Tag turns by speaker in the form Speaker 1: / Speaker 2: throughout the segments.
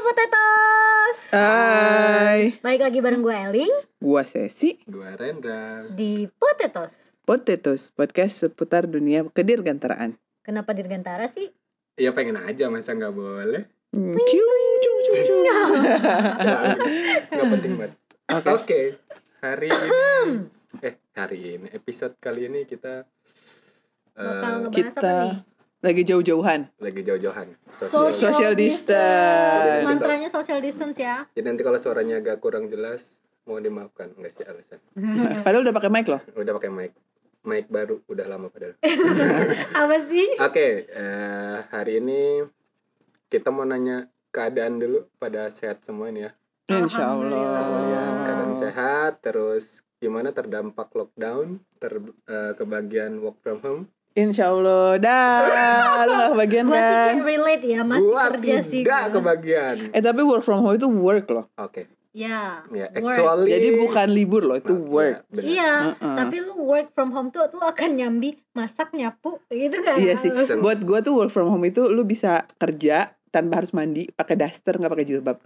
Speaker 1: Kotetos.
Speaker 2: Hai,
Speaker 1: Balik lagi bareng gue Eling
Speaker 2: gua Sesi
Speaker 3: Gua Rendra.
Speaker 1: di Potetos.
Speaker 2: Potetos, podcast seputar dunia kedirgantaraan.
Speaker 1: Kenapa Dirgantara sih?
Speaker 3: Ya pengen aja masa nggak boleh.
Speaker 2: Hmm, ciu, ciu, ciu, ciu.
Speaker 3: Nggak penting banget. Oke.
Speaker 2: Oke,
Speaker 3: Hari ini eh hari ini episode kali ini kita eh,
Speaker 1: Bakal ngebahas apa
Speaker 2: kita
Speaker 1: nih?
Speaker 2: lagi jauh-jauhan.
Speaker 3: lagi jauh-jauhan.
Speaker 1: Social,
Speaker 3: Sosial.
Speaker 2: Sosial. distance.
Speaker 1: Mantranya social distance ya.
Speaker 3: Jadi nanti kalau suaranya agak kurang jelas mohon dimaafkan nggak sih alasan.
Speaker 2: Padahal udah pakai mic loh.
Speaker 3: Udah pakai mic. Mic baru udah lama padahal.
Speaker 1: apa sih?
Speaker 3: Oke, eh, hari ini kita mau nanya keadaan dulu pada sehat semua ini ya.
Speaker 2: Insya
Speaker 1: Alhamdulillah.
Speaker 3: Kalian Iya, keadaan
Speaker 2: Allah.
Speaker 3: sehat, terus gimana terdampak lockdown, ter eh, kebagian work from home.
Speaker 2: Insya Allah. Dah, lu gak kebagian
Speaker 1: Gue sih
Speaker 2: kan?
Speaker 1: can relate ya, masih
Speaker 3: Gua
Speaker 1: kerja
Speaker 3: tidak
Speaker 1: sih. gua.
Speaker 3: kebagian.
Speaker 2: Eh tapi work from home itu work loh.
Speaker 3: Oke,
Speaker 1: Ya.
Speaker 3: ya
Speaker 1: work.
Speaker 3: actually.
Speaker 2: Jadi bukan libur loh, itu
Speaker 3: Maaf,
Speaker 2: work.
Speaker 3: ya, benar.
Speaker 1: Iya,
Speaker 2: Heeh.
Speaker 1: tapi lu work from home tuh tuh akan nyambi masak nyapu gitu kan?
Speaker 2: Iya sih.
Speaker 3: Sen-
Speaker 2: Buat gua tuh work from home itu lu bisa kerja tanpa harus mandi, pakai daster, nggak pakai jilbab.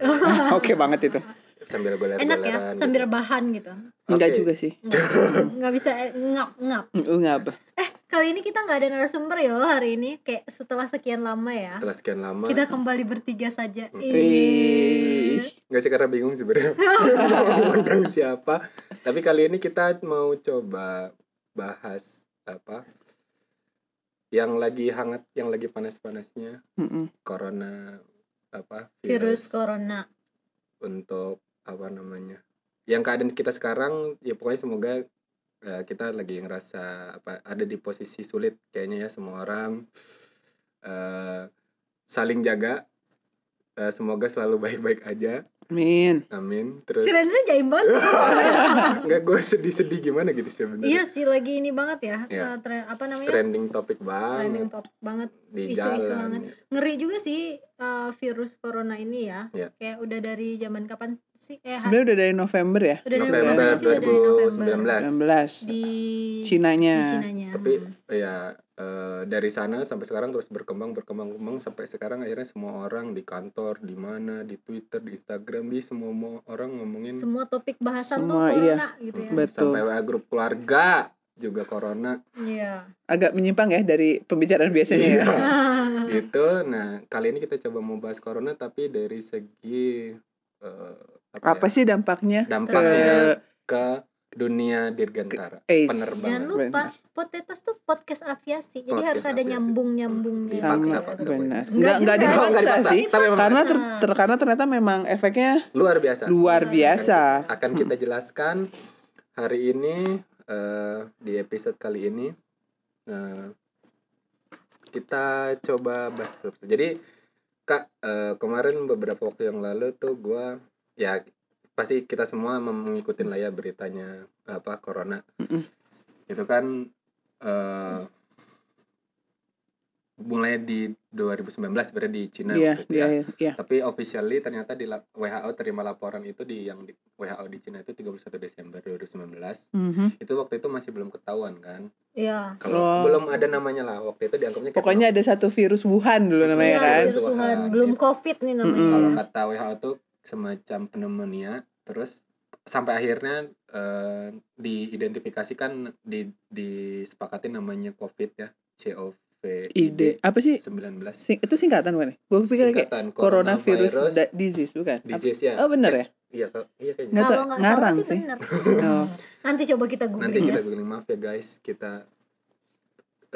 Speaker 2: Oke banget itu.
Speaker 3: Sambil goler-goleran.
Speaker 1: Enak ya,
Speaker 3: gitu.
Speaker 1: sambil bahan gitu.
Speaker 2: Enggak
Speaker 3: Oke.
Speaker 2: juga sih.
Speaker 1: Nggak- Nggak bisa eh, ngap-ngap.
Speaker 2: Enggak apa.
Speaker 1: Eh, kali ini kita nggak ada narasumber yo hari ini. Kayak setelah sekian lama ya.
Speaker 3: Setelah sekian lama,
Speaker 1: Kita kembali bertiga saja.
Speaker 3: Hmm.
Speaker 1: Ih.
Speaker 2: Wih.
Speaker 3: nggak sih karena bingung sebenarnya mau ngundang siapa. Tapi kali ini kita mau coba bahas apa yang lagi hangat, yang lagi panas-panasnya
Speaker 2: Mm-mm.
Speaker 3: corona apa
Speaker 1: Virus corona.
Speaker 3: untuk apa namanya yang keadaan kita sekarang ya pokoknya semoga eh, kita lagi ngerasa apa ada di posisi sulit kayaknya ya semua orang Eh, saling jaga Eh, semoga selalu baik-baik aja
Speaker 2: Amin.
Speaker 3: amin
Speaker 1: Si
Speaker 3: terus
Speaker 1: Renzo jaim banget.
Speaker 3: nggak gue sedih-sedih gimana gitu sebenarnya
Speaker 1: iya sih lagi ini banget ya.
Speaker 3: Iya.
Speaker 1: eh, tren- apa namanya?
Speaker 3: trending topik
Speaker 1: Trending
Speaker 3: banget
Speaker 1: top banget.
Speaker 3: di
Speaker 1: isu-isu banget.
Speaker 3: jalan
Speaker 1: Ngeri juga sih eh, virus corona ini ya.
Speaker 3: Iya.
Speaker 1: Kayak udah dari zaman kapan sih? Eh, ha-
Speaker 2: Sebenarnya udah dari November ya,
Speaker 1: udah dari sih
Speaker 3: November
Speaker 1: udah dari November.
Speaker 2: 19.
Speaker 3: 2019
Speaker 1: Di
Speaker 2: Cinanya.
Speaker 1: di Cinanya.
Speaker 3: tapi ya eh, dari sana sampai sekarang terus berkembang berkembang berkembang sampai sekarang akhirnya semua orang di kantor di mana di Twitter di Instagram di semua mo- orang ngomongin mm,
Speaker 1: semua topik bahasan
Speaker 2: Semua,
Speaker 1: tuh
Speaker 2: iya.
Speaker 1: corona gitu ya.
Speaker 2: Bet- Betul.
Speaker 3: sampai WA grup keluarga juga corona
Speaker 1: Iya.
Speaker 2: Agak menyimpang ya dari pembicaraan biasanya ya.
Speaker 3: Iya. gitu nah kali ini kita coba mau bahas corona tapi dari segi eh,
Speaker 2: Apa
Speaker 3: ya,
Speaker 2: sih dampaknya? Ke-
Speaker 3: dampaknya ke dunia dirgantara
Speaker 2: Eh,
Speaker 3: penerbangan
Speaker 1: Jangan lupa Potetos tuh podcast aviasi. Jadi
Speaker 3: Podcast
Speaker 1: harus ada
Speaker 3: aviasi.
Speaker 2: Iya,
Speaker 1: nyambung-nyambungnya.
Speaker 3: Dipaksa,
Speaker 2: sama
Speaker 1: gitu.
Speaker 3: paksa,
Speaker 2: benar.
Speaker 1: boleh.
Speaker 2: Enggak enggak
Speaker 1: Nggak
Speaker 3: Oh, nggak
Speaker 2: dipaksa
Speaker 3: dipaksa,
Speaker 2: sih.
Speaker 3: tapi memang
Speaker 2: Karena ter,
Speaker 1: Dipaksa.
Speaker 2: ter- karena ternyata memang efeknya
Speaker 3: luar biasa
Speaker 2: luar biasa.
Speaker 3: akan kita jelaskan hari ini eh, di episode kali ini eh, kita coba bahas dulu. Jadi kak eh, kemarin beberapa waktu yang lalu tuh gua ya pasti kita semua mem- mengikuti lah ya beritanya apa corona
Speaker 2: Mm-mm.
Speaker 3: itu kan eh, mulai di 2019 berarti di Cina
Speaker 2: Iya,
Speaker 3: waktu itu ya.
Speaker 2: iya, iya.
Speaker 3: tapi officially ternyata di lap- WHO terima laporan itu di yang di WHO di Cina itu 31 Desember 2019.
Speaker 2: Mhm.
Speaker 3: Itu waktu itu masih belum ketahuan kan?
Speaker 1: Iya.
Speaker 3: Kalau
Speaker 2: Oh.
Speaker 3: belum ada namanya lah. Waktu itu dianggapnya kayak
Speaker 2: Pokoknya ada satu virus Wuhan dulu namanya
Speaker 1: Iya,
Speaker 2: kan.
Speaker 1: virus Wuhan. Belum COVID nih namanya.
Speaker 3: kalau
Speaker 2: Mm.
Speaker 3: kata WHO itu semacam pneumonia terus sampai akhirnya eh, diidentifikasikan di disepakati namanya COVID ya. COVID
Speaker 2: Ide. Apa sih?
Speaker 3: 19.
Speaker 2: Sing- itu singkatan bukan? Gue pikir kayak
Speaker 3: Singkatan
Speaker 2: coronavirus da- disease bukan? Apa-
Speaker 3: disease ya.
Speaker 2: Oh bener ya?
Speaker 3: Iya, Kak. iya kayaknya.
Speaker 2: Nggak
Speaker 1: Kalau
Speaker 2: tahu,
Speaker 1: nggak
Speaker 2: ngarang
Speaker 1: salah sih
Speaker 2: sih.
Speaker 1: benar.
Speaker 2: Oh.
Speaker 1: Nanti coba kita
Speaker 3: nanti
Speaker 1: googling
Speaker 3: kita
Speaker 1: ya.
Speaker 3: googling maaf ya guys kita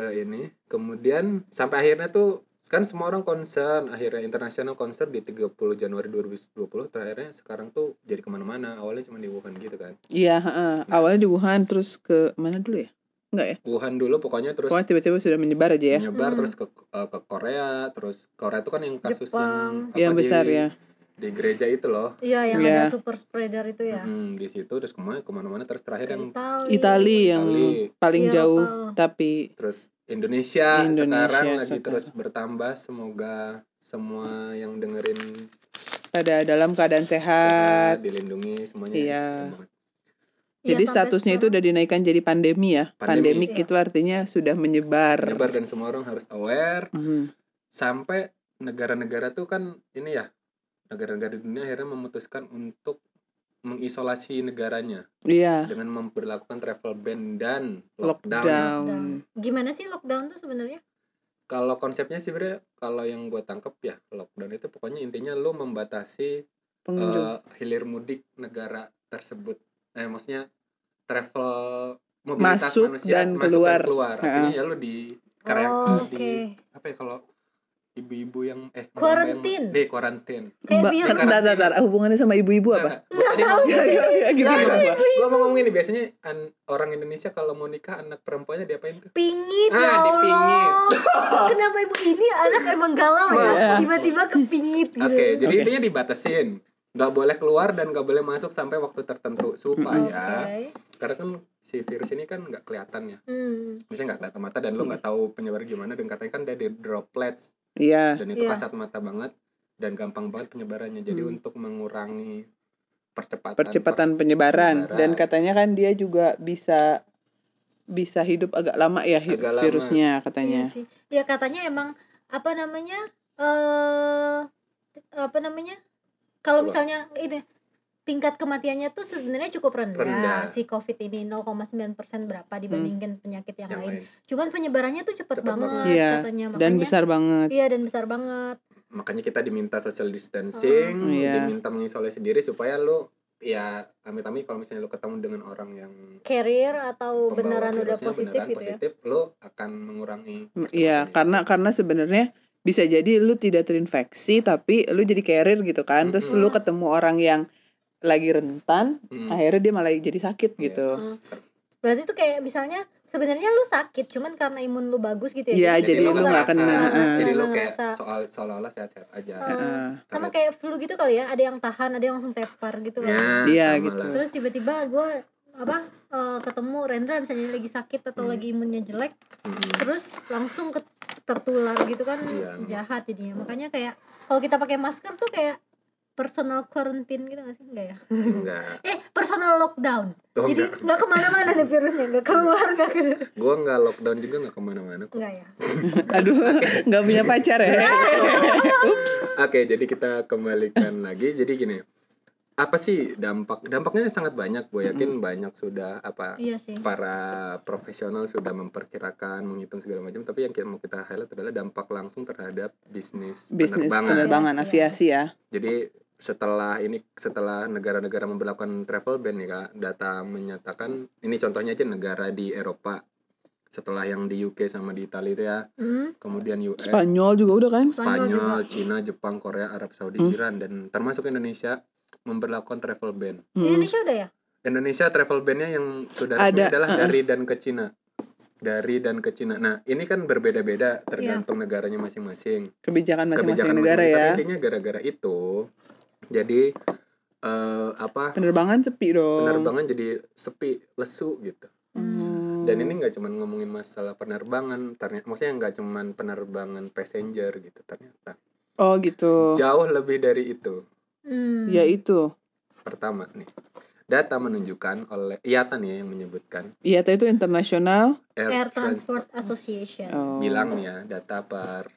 Speaker 3: eh, ini kemudian sampai akhirnya tuh kan semua orang concern akhirnya internasional concern di 30 Januari 2020 terakhirnya sekarang tuh jadi kemana-mana awalnya cuma di Wuhan gitu kan
Speaker 2: Iya, heeh. awalnya di Wuhan terus ke mana dulu ya? Enggak ya?
Speaker 3: Wuhan dulu pokoknya terus
Speaker 2: Pokoknya tiba-tiba sudah menyebar aja ya.
Speaker 3: menyebar
Speaker 1: Hmm.
Speaker 3: terus ke eh, ke Korea terus Korea tuh kan yang kasus
Speaker 1: Jepang.
Speaker 3: yang, apa
Speaker 2: Yang
Speaker 3: di-
Speaker 2: besar ya.
Speaker 3: di gereja itu loh
Speaker 1: Iya, yang
Speaker 2: Iya.
Speaker 1: ada super spreader itu ya.
Speaker 3: Mm, di situ terus kemana kemana-mana terus
Speaker 1: Iya.
Speaker 3: terakhir yang
Speaker 1: Itali.
Speaker 2: Itali yang
Speaker 3: Itali.
Speaker 2: paling
Speaker 1: Iya,
Speaker 2: jauh
Speaker 1: Pak.
Speaker 2: tapi
Speaker 3: terus Indonesia,
Speaker 2: Indonesia
Speaker 3: sekarang lagi
Speaker 2: sekarang.
Speaker 3: terus bertambah semoga semua yang dengerin
Speaker 2: pada dalam keadaan sehat.
Speaker 3: sehat, dilindungi semuanya.
Speaker 2: Iya.
Speaker 3: Serem banget.
Speaker 1: Iya,
Speaker 2: Jadi
Speaker 1: sampai
Speaker 2: statusnya itu
Speaker 1: sekarang.
Speaker 2: udah dinaikkan jadi pandemi ya.
Speaker 3: Pandemi.
Speaker 2: Pandemik itu artinya sudah menyebar.
Speaker 3: Menyebar dan semua orang harus aware
Speaker 2: Mhm.
Speaker 3: sampai negara-negara tuh kan ini ya negara-negara di dunia akhirnya memutuskan untuk mengisolasi negaranya
Speaker 2: Iya.
Speaker 3: dengan memperlakukan travel ban dan lockdown.
Speaker 2: Lockdown.
Speaker 1: Gimana sih lockdown tuh sebenarnya?
Speaker 3: Kalau konsepnya sih sebenarnya kalau yang gue tangkep ya lockdown itu pokoknya intinya lo membatasi
Speaker 2: Pengunjung.
Speaker 3: eh, hilir mudik negara tersebut. Eh maksudnya travel mobilitas
Speaker 2: Masuk
Speaker 3: manusia
Speaker 2: dan
Speaker 3: masuk
Speaker 2: keluar.
Speaker 3: dan keluar. Artinya ya lo di karena
Speaker 1: Oh,
Speaker 3: di
Speaker 1: Oke.
Speaker 3: apa ya kalau ibu-ibu yang eh
Speaker 1: Quarantine.
Speaker 3: di karantin.
Speaker 1: Kayak kan?
Speaker 2: Mbak,
Speaker 1: virus.
Speaker 2: bentar, bentar, bentar. hubungannya sama ibu-ibu apa?
Speaker 3: Gue tadi mau
Speaker 2: Iya, iya, iya, gitu
Speaker 3: Nggak,
Speaker 2: gitu.
Speaker 3: nggak, Gua mau ngomong ini biasanya an- orang Indonesia kalau mau nikah anak perempuannya diapain tuh?
Speaker 1: Pingit
Speaker 3: Ah,
Speaker 1: ya
Speaker 3: dipingit.
Speaker 1: Allah. Kenapa ibu ini anak emang galau
Speaker 2: Iya.
Speaker 1: ya? Tiba-tiba kepingit gitu.
Speaker 3: Oke, jadi
Speaker 2: Oke.
Speaker 3: intinya dibatasin. Nggak boleh keluar dan nggak boleh masuk sampai waktu
Speaker 1: Oke.
Speaker 3: tertentu supaya karena kan si virus ini kan nggak kelihatan ya,
Speaker 1: Hmm.
Speaker 3: misalnya nggak kelihatan mata dan lo
Speaker 2: Hmm.
Speaker 3: nggak tahu penyebar gimana dan katanya kan dari droplets
Speaker 2: Iya.
Speaker 3: dan itu
Speaker 1: Iya.
Speaker 3: kasat mata banget dan gampang banget penyebarannya. Jadi
Speaker 2: Hmm.
Speaker 3: untuk mengurangi percepatan
Speaker 2: Percepatan
Speaker 3: pers-
Speaker 2: penyebaran dan
Speaker 3: penyebaran.
Speaker 2: katanya kan dia juga bisa bisa hidup agak lama ya hi-
Speaker 3: Agak lama.
Speaker 2: virusnya
Speaker 1: Iya
Speaker 2: katanya.
Speaker 1: sih. Ya katanya emang apa namanya? eh apa namanya? Kalau
Speaker 3: Apa?
Speaker 1: misalnya ini tingkat kematiannya tuh sebenarnya cukup rendah,
Speaker 3: Rendah. Hmm.
Speaker 1: si COVID ini 0,9% berapa dibandingkan penyakit yang,
Speaker 3: yang
Speaker 1: lain.
Speaker 3: lain.
Speaker 1: Cuman penyebarannya tuh cepet,
Speaker 3: Cepet
Speaker 1: banget,
Speaker 3: banget.
Speaker 2: Iya.
Speaker 1: katanya makanya.
Speaker 2: Dan besar banget.
Speaker 1: Iya dan besar banget.
Speaker 3: makanya kita diminta social distancing,
Speaker 2: Oh, iya.
Speaker 3: diminta mengisolasi diri supaya lu ya amit-amit kalau misalnya lu ketemu dengan orang yang
Speaker 1: Carrier atau
Speaker 3: pembawa
Speaker 1: beneran udah
Speaker 3: virusnya,
Speaker 1: positif
Speaker 3: beneran
Speaker 1: gitu ya?
Speaker 3: positif, lu akan mengurangi
Speaker 2: Iya,
Speaker 3: persebaran
Speaker 2: karena karena sebenarnya bisa jadi lu tidak terinfeksi tapi lu jadi carrier gitu kan. Terus lu
Speaker 3: Mm-mm.
Speaker 2: ketemu orang yang lagi rentan,
Speaker 3: ini. Mm.
Speaker 2: akhirnya dia malah jadi sakit
Speaker 3: Iya.
Speaker 2: gitu.
Speaker 1: Berarti tuh kayak misalnya sebenarnya lu sakit cuman karena imun lu bagus gitu ya.
Speaker 2: Iya, jadi
Speaker 1: lu
Speaker 2: lu nggak
Speaker 1: nggak
Speaker 2: kena.
Speaker 1: ngerasa.
Speaker 2: Heeh.
Speaker 3: jadi lu
Speaker 1: Nggak
Speaker 3: kayak
Speaker 1: ngerasa.
Speaker 3: soal seolah-olah sehat-sehat aja
Speaker 1: Heeh.
Speaker 2: Heeh.
Speaker 1: sama kayak flu gitu kali ya, ada yang tahan, ada yang langsung tepar gitu kan.
Speaker 3: ya,
Speaker 2: Iya,
Speaker 3: sama
Speaker 2: gitu.
Speaker 3: lah.
Speaker 1: Terus tiba-tiba gue apa eh, ketemu Rendra misalnya lagi sakit atau
Speaker 3: Hmm.
Speaker 1: lagi imunnya jelek,
Speaker 3: Mm.
Speaker 1: terus langsung ke- tertular gitu kan
Speaker 3: Iya.
Speaker 1: jahat jadinya. Makanya kayak kalau kita pakai masker tuh kayak personal quarantine gitu gak sih enggak ya?
Speaker 3: enggak
Speaker 1: Eh personal lockdown.
Speaker 3: Oh,
Speaker 1: Jadi
Speaker 3: enggak.
Speaker 1: nggak kemana-mana nih virusnya, nggak keluar nggak ke
Speaker 3: gua nggak lockdown juga nggak kemana-mana kok
Speaker 1: nggak ya?
Speaker 2: Aduh, nggak punya pacar ya? Ups.
Speaker 3: Oke, jadi kita kembalikan lagi. Jadi gini, apa sih dampak? Dampaknya sangat banyak. Gue yakin banyak sudah apa
Speaker 1: Iya sih.
Speaker 3: para profesional sudah memperkirakan, menghitung segala macam. Tapi yang kita mau kita highlight adalah dampak langsung terhadap bisnis,
Speaker 2: Bisnis
Speaker 3: penerbangan.
Speaker 2: penerbangan aviasi ya.
Speaker 3: Jadi setelah ini setelah negara-negara memperlakukan travel ban nih kak, data menyatakan ini contohnya aja negara di Eropa. Setelah yang di UK sama di Italia itu ya,
Speaker 1: Hmm,
Speaker 3: kemudian US.
Speaker 2: Spanyol juga udah kan?
Speaker 1: Spanyol juga.
Speaker 3: Spanyol, Cina, Jepang, Korea, Arab Saudi,
Speaker 2: Hmm.
Speaker 3: Iran dan termasuk Indonesia memberlakukan travel ban.
Speaker 2: Hmm.
Speaker 1: Indonesia udah ya?
Speaker 3: Indonesia travel ban-nya yang sudah resmi
Speaker 2: Ada,
Speaker 3: adalah
Speaker 2: uh-uh.
Speaker 3: dari dan ke Cina. Dari dan ke Cina. Nah, ini kan berbeda-beda
Speaker 2: Iya.
Speaker 3: tergantung negaranya masing-masing.
Speaker 2: Kebijakan masing-masing
Speaker 3: Kebijakan
Speaker 2: negara
Speaker 3: masing-masing.
Speaker 2: ya.
Speaker 3: Tapi intinya gara-gara itu jadi eh, apa?
Speaker 2: Penerbangan sepi dong.
Speaker 3: penerbangan jadi sepi, lesu gitu.
Speaker 2: Hmm.
Speaker 3: Dan ini nggak cuman ngomongin masalah penerbangan, ternyata maksudnya nggak cuman penerbangan passenger gitu ternyata.
Speaker 2: Oh gitu.
Speaker 3: Jauh lebih dari itu.
Speaker 1: Hmm.
Speaker 2: Ya itu.
Speaker 3: pertama nih data menunjukkan oleh IATA nih yang menyebutkan
Speaker 2: Iya, itu internasional.
Speaker 1: Air Transport Association.
Speaker 2: Oh.
Speaker 3: bilang nih ya data per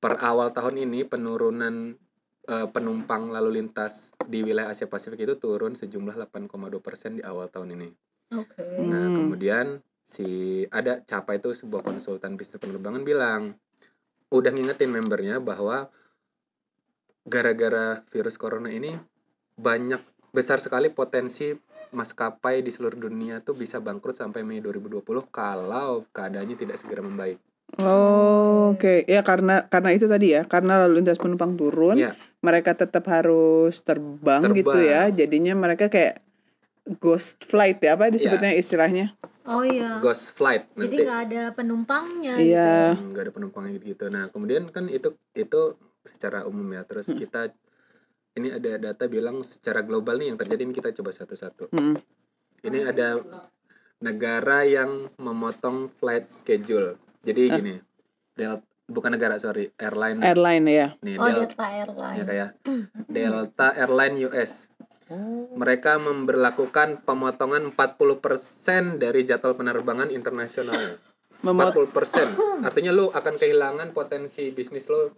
Speaker 3: per awal tahun ini penurunan eh, penumpang lalu lintas di wilayah Asia Pasifik itu turun sejumlah 8,2 persen di awal tahun ini.
Speaker 1: Oke.
Speaker 3: Nah
Speaker 2: Hmm.
Speaker 3: kemudian si ada capa itu sebuah konsultan bisnis penerbangan bilang udah ngingetin membernya bahwa gara-gara virus corona ini banyak besar sekali potensi maskapai di seluruh dunia tuh bisa bangkrut sampai Mei 2020 kalau keadaannya tidak segera membaik.
Speaker 2: Oh, oke. Ya karena karena itu tadi ya, karena lalu lintas penumpang turun,
Speaker 3: Iya.
Speaker 2: mereka tetap harus terbang,
Speaker 3: Terbang.
Speaker 2: gitu ya. Jadinya mereka kayak ghost flight ya, apa disebutnya istilahnya?
Speaker 1: Oh iya.
Speaker 3: Ghost flight
Speaker 1: Jadi
Speaker 3: nanti
Speaker 1: nggak ada penumpangnya
Speaker 2: Iya.
Speaker 1: gitu.
Speaker 3: Hmm, nggak ada penumpangnya gitu. Nah kemudian kan itu itu secara umum ya. Terus
Speaker 2: Hmm.
Speaker 3: kita ini ada data bilang secara global nih yang terjadi ini kita coba satu-satu.
Speaker 2: Hmm.
Speaker 3: Ini ada negara yang memotong flight schedule. Jadi
Speaker 2: Eh.
Speaker 3: gini, Delta bukan negara sorry, airline
Speaker 2: Airline ya.
Speaker 3: nih
Speaker 1: Oh,
Speaker 3: Delta
Speaker 1: Delta Airline.
Speaker 2: Iya,
Speaker 1: Hmm.
Speaker 3: ya kayak Delta Airline US. Mereka memberlakukan pemotongan 40% dari jadwal penerbangan internasional.
Speaker 2: Memot
Speaker 3: 40%. Artinya lu akan kehilangan potensi bisnis lu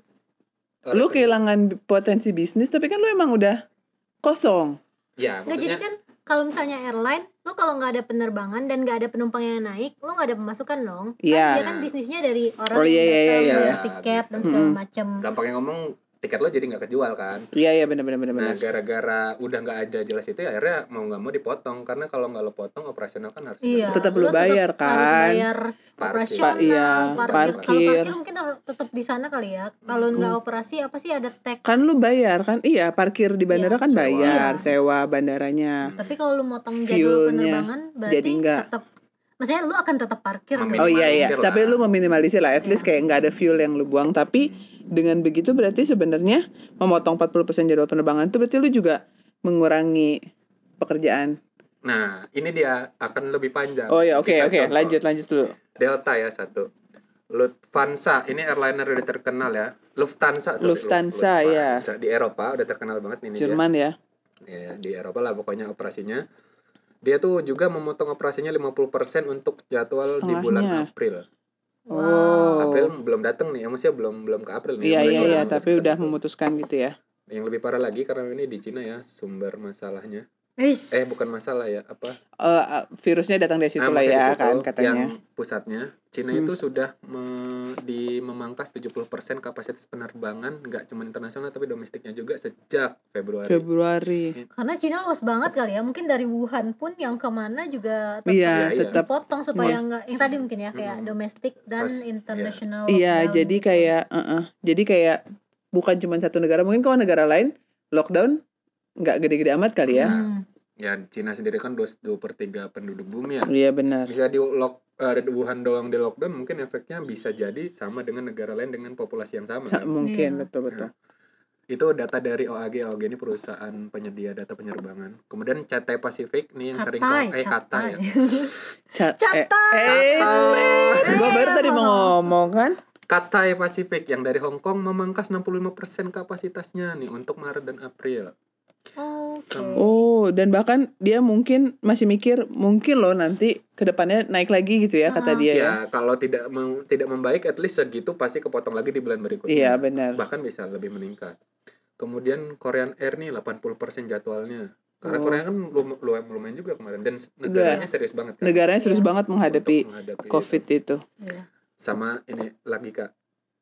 Speaker 2: lu kehilangan potensi bisnis tapi kan lu emang udah kosong
Speaker 1: Nggak
Speaker 3: ya
Speaker 1: jadi
Speaker 3: maksudnya
Speaker 1: kan kalau misalnya airline, lo kalau nggak ada penerbangan dan nggak ada penumpang yang naik, lo nggak ada pemasukan dong. Kan
Speaker 2: Iya.
Speaker 1: dia kan bisnisnya dari orang
Speaker 2: Oh, iya,
Speaker 1: yang
Speaker 2: iya,
Speaker 1: datang,
Speaker 2: iya,
Speaker 1: bayar
Speaker 3: iya.
Speaker 1: tiket dan segala
Speaker 2: Mm-mm.
Speaker 1: macam.
Speaker 3: gampangnya ngomong tiket lo jadi nggak kejual kan
Speaker 2: iya iya benar benar benar
Speaker 3: nah
Speaker 2: benar
Speaker 3: gara-gara udah nggak ada jelas itu ya akhirnya mau nggak mau dipotong karena kalau nggak lo potong operasional kan harus
Speaker 1: Iya.
Speaker 2: Tetap
Speaker 1: lo
Speaker 2: lu bayar,
Speaker 1: Harus
Speaker 2: kan?
Speaker 1: bayar
Speaker 3: Parkir.
Speaker 1: operasional,
Speaker 2: Pa- iya,
Speaker 1: parkir. Kalau
Speaker 2: parkir.
Speaker 1: parkir mungkin har- tetap di sana kali ya. Kalau nggak operasi apa sih ada tax.
Speaker 2: kan lu bayar kan iya parkir di bandara
Speaker 1: Iya,
Speaker 2: kan
Speaker 3: sewa.
Speaker 2: bayar
Speaker 1: Iya.
Speaker 2: sewa bandaranya
Speaker 1: Tapi kalau lo motong
Speaker 2: Fuelnya
Speaker 1: jadwal penerbangan berarti
Speaker 2: jadi nggak.
Speaker 1: tetap maksudnya lo akan tetap parkir. dong.
Speaker 2: Oh iya iya,
Speaker 3: Minimalisir
Speaker 2: tapi
Speaker 3: lah.
Speaker 2: lu meminimalisir lah, at least
Speaker 1: Iya.
Speaker 2: kayak nggak ada fuel yang lu buang. Tapi dengan begitu berarti sebenarnya memotong 40% jadwal penerbangan itu berarti lu juga mengurangi pekerjaan.
Speaker 3: nah ini dia akan lebih panjang
Speaker 2: Oh iya, oke
Speaker 3: Kita
Speaker 2: oke,
Speaker 3: contoh.
Speaker 2: lanjut lanjut dulu.
Speaker 3: Delta ya satu Lufthansa ini airliner udah terkenal ya Lufthansa sorry,
Speaker 2: Lufthansa, ya.
Speaker 3: Lufthansa. di Eropa udah terkenal banget ini dia.
Speaker 2: Jerman ya.
Speaker 3: ya, di Eropa lah pokoknya operasinya dia tuh juga memotong operasinya 50% untuk jadwal di bulan
Speaker 2: Setengahnya.
Speaker 3: April
Speaker 2: Oh.
Speaker 3: April belum datang nih ya maksudnya belum belum ke April kan nih
Speaker 2: Iya
Speaker 3: Mereka
Speaker 2: iya iya,
Speaker 3: udah memutuskan
Speaker 2: tapi udah
Speaker 3: itu.
Speaker 2: memutuskan gitu ya.
Speaker 3: yang lebih parah lagi karena ini di Cina ya sumber masalahnya
Speaker 1: Wis.
Speaker 3: eh bukan masalah ya apa
Speaker 2: Eh, virusnya datang dari situ
Speaker 3: Nah,
Speaker 2: lah ya
Speaker 3: maksudnya di situ,
Speaker 2: kan
Speaker 3: yang
Speaker 2: katanya.
Speaker 3: pusatnya Cina
Speaker 2: Hmm.
Speaker 3: itu sudah me- di memangkas 70% kapasitas penerbangan nggak cuma internasional tapi domestiknya juga sejak Februari
Speaker 2: Februari.
Speaker 1: Karena Cina luas banget kali ya. Mungkin dari Wuhan pun yang kemana juga tetap
Speaker 2: Iya,
Speaker 3: Iya, iya.
Speaker 2: tetap
Speaker 1: dipotong supaya nggak yang tadi mungkin ya kayak
Speaker 3: Mm-mm.
Speaker 1: domestik dan
Speaker 3: Sos- Oh,
Speaker 1: international
Speaker 2: Iya,
Speaker 1: lockdown
Speaker 2: jadi
Speaker 1: gitu.
Speaker 2: kayak eh, eh, jadi kayak bukan cuma satu negara, mungkin kalau negara lain lockdown nggak gede-gede amat kali ya.
Speaker 1: Hmm.
Speaker 3: ya Cina sendiri kan 2, per 3 penduduk bumi ya
Speaker 2: Iya benar.
Speaker 3: bisa di lock eh, di Wuhan doang di lockdown mungkin efeknya bisa jadi sama dengan negara lain dengan populasi yang sama
Speaker 2: Sa-
Speaker 3: kan?
Speaker 2: Mungkin
Speaker 1: Iya.
Speaker 2: betul betul.
Speaker 3: itu data dari OAG OAG ini perusahaan penyedia data penerbangan kemudian Cathay Pacific nih yang sering
Speaker 1: Katai,
Speaker 3: eh kata ya
Speaker 2: Ca- eh,
Speaker 1: Catat.
Speaker 2: eh,
Speaker 3: Cathay.
Speaker 2: gua baru tadi mau ngomong kan.
Speaker 3: Katay Pacific yang dari Hong Kong memangkas 65% kapasitasnya nih untuk Maret dan April.
Speaker 1: Oke.
Speaker 2: Oh, dan bahkan dia mungkin masih mikir mungkin loh nanti kedepannya naik lagi gitu ya
Speaker 1: Ah.
Speaker 2: kata dia ya.
Speaker 3: Ya, kalau tidak mem- tidak membaik at least segitu pasti kepotong lagi di bulan
Speaker 2: Iya
Speaker 3: berikutnya.
Speaker 2: benar.
Speaker 3: Bahkan bisa lebih meningkat. Kemudian Korean Air nih 80% jadwalnya. Karena
Speaker 2: Oh.
Speaker 3: Korea kan lum- lumayan, lumayan juga kemarin dan s- negaranya serius banget kan.
Speaker 2: Negaranya serius
Speaker 1: Iya.
Speaker 2: banget
Speaker 3: untuk
Speaker 2: menghadapi
Speaker 3: menghadapi
Speaker 2: COVID
Speaker 3: itu.
Speaker 2: itu
Speaker 1: Iya.
Speaker 3: Sama ini lagi Kak,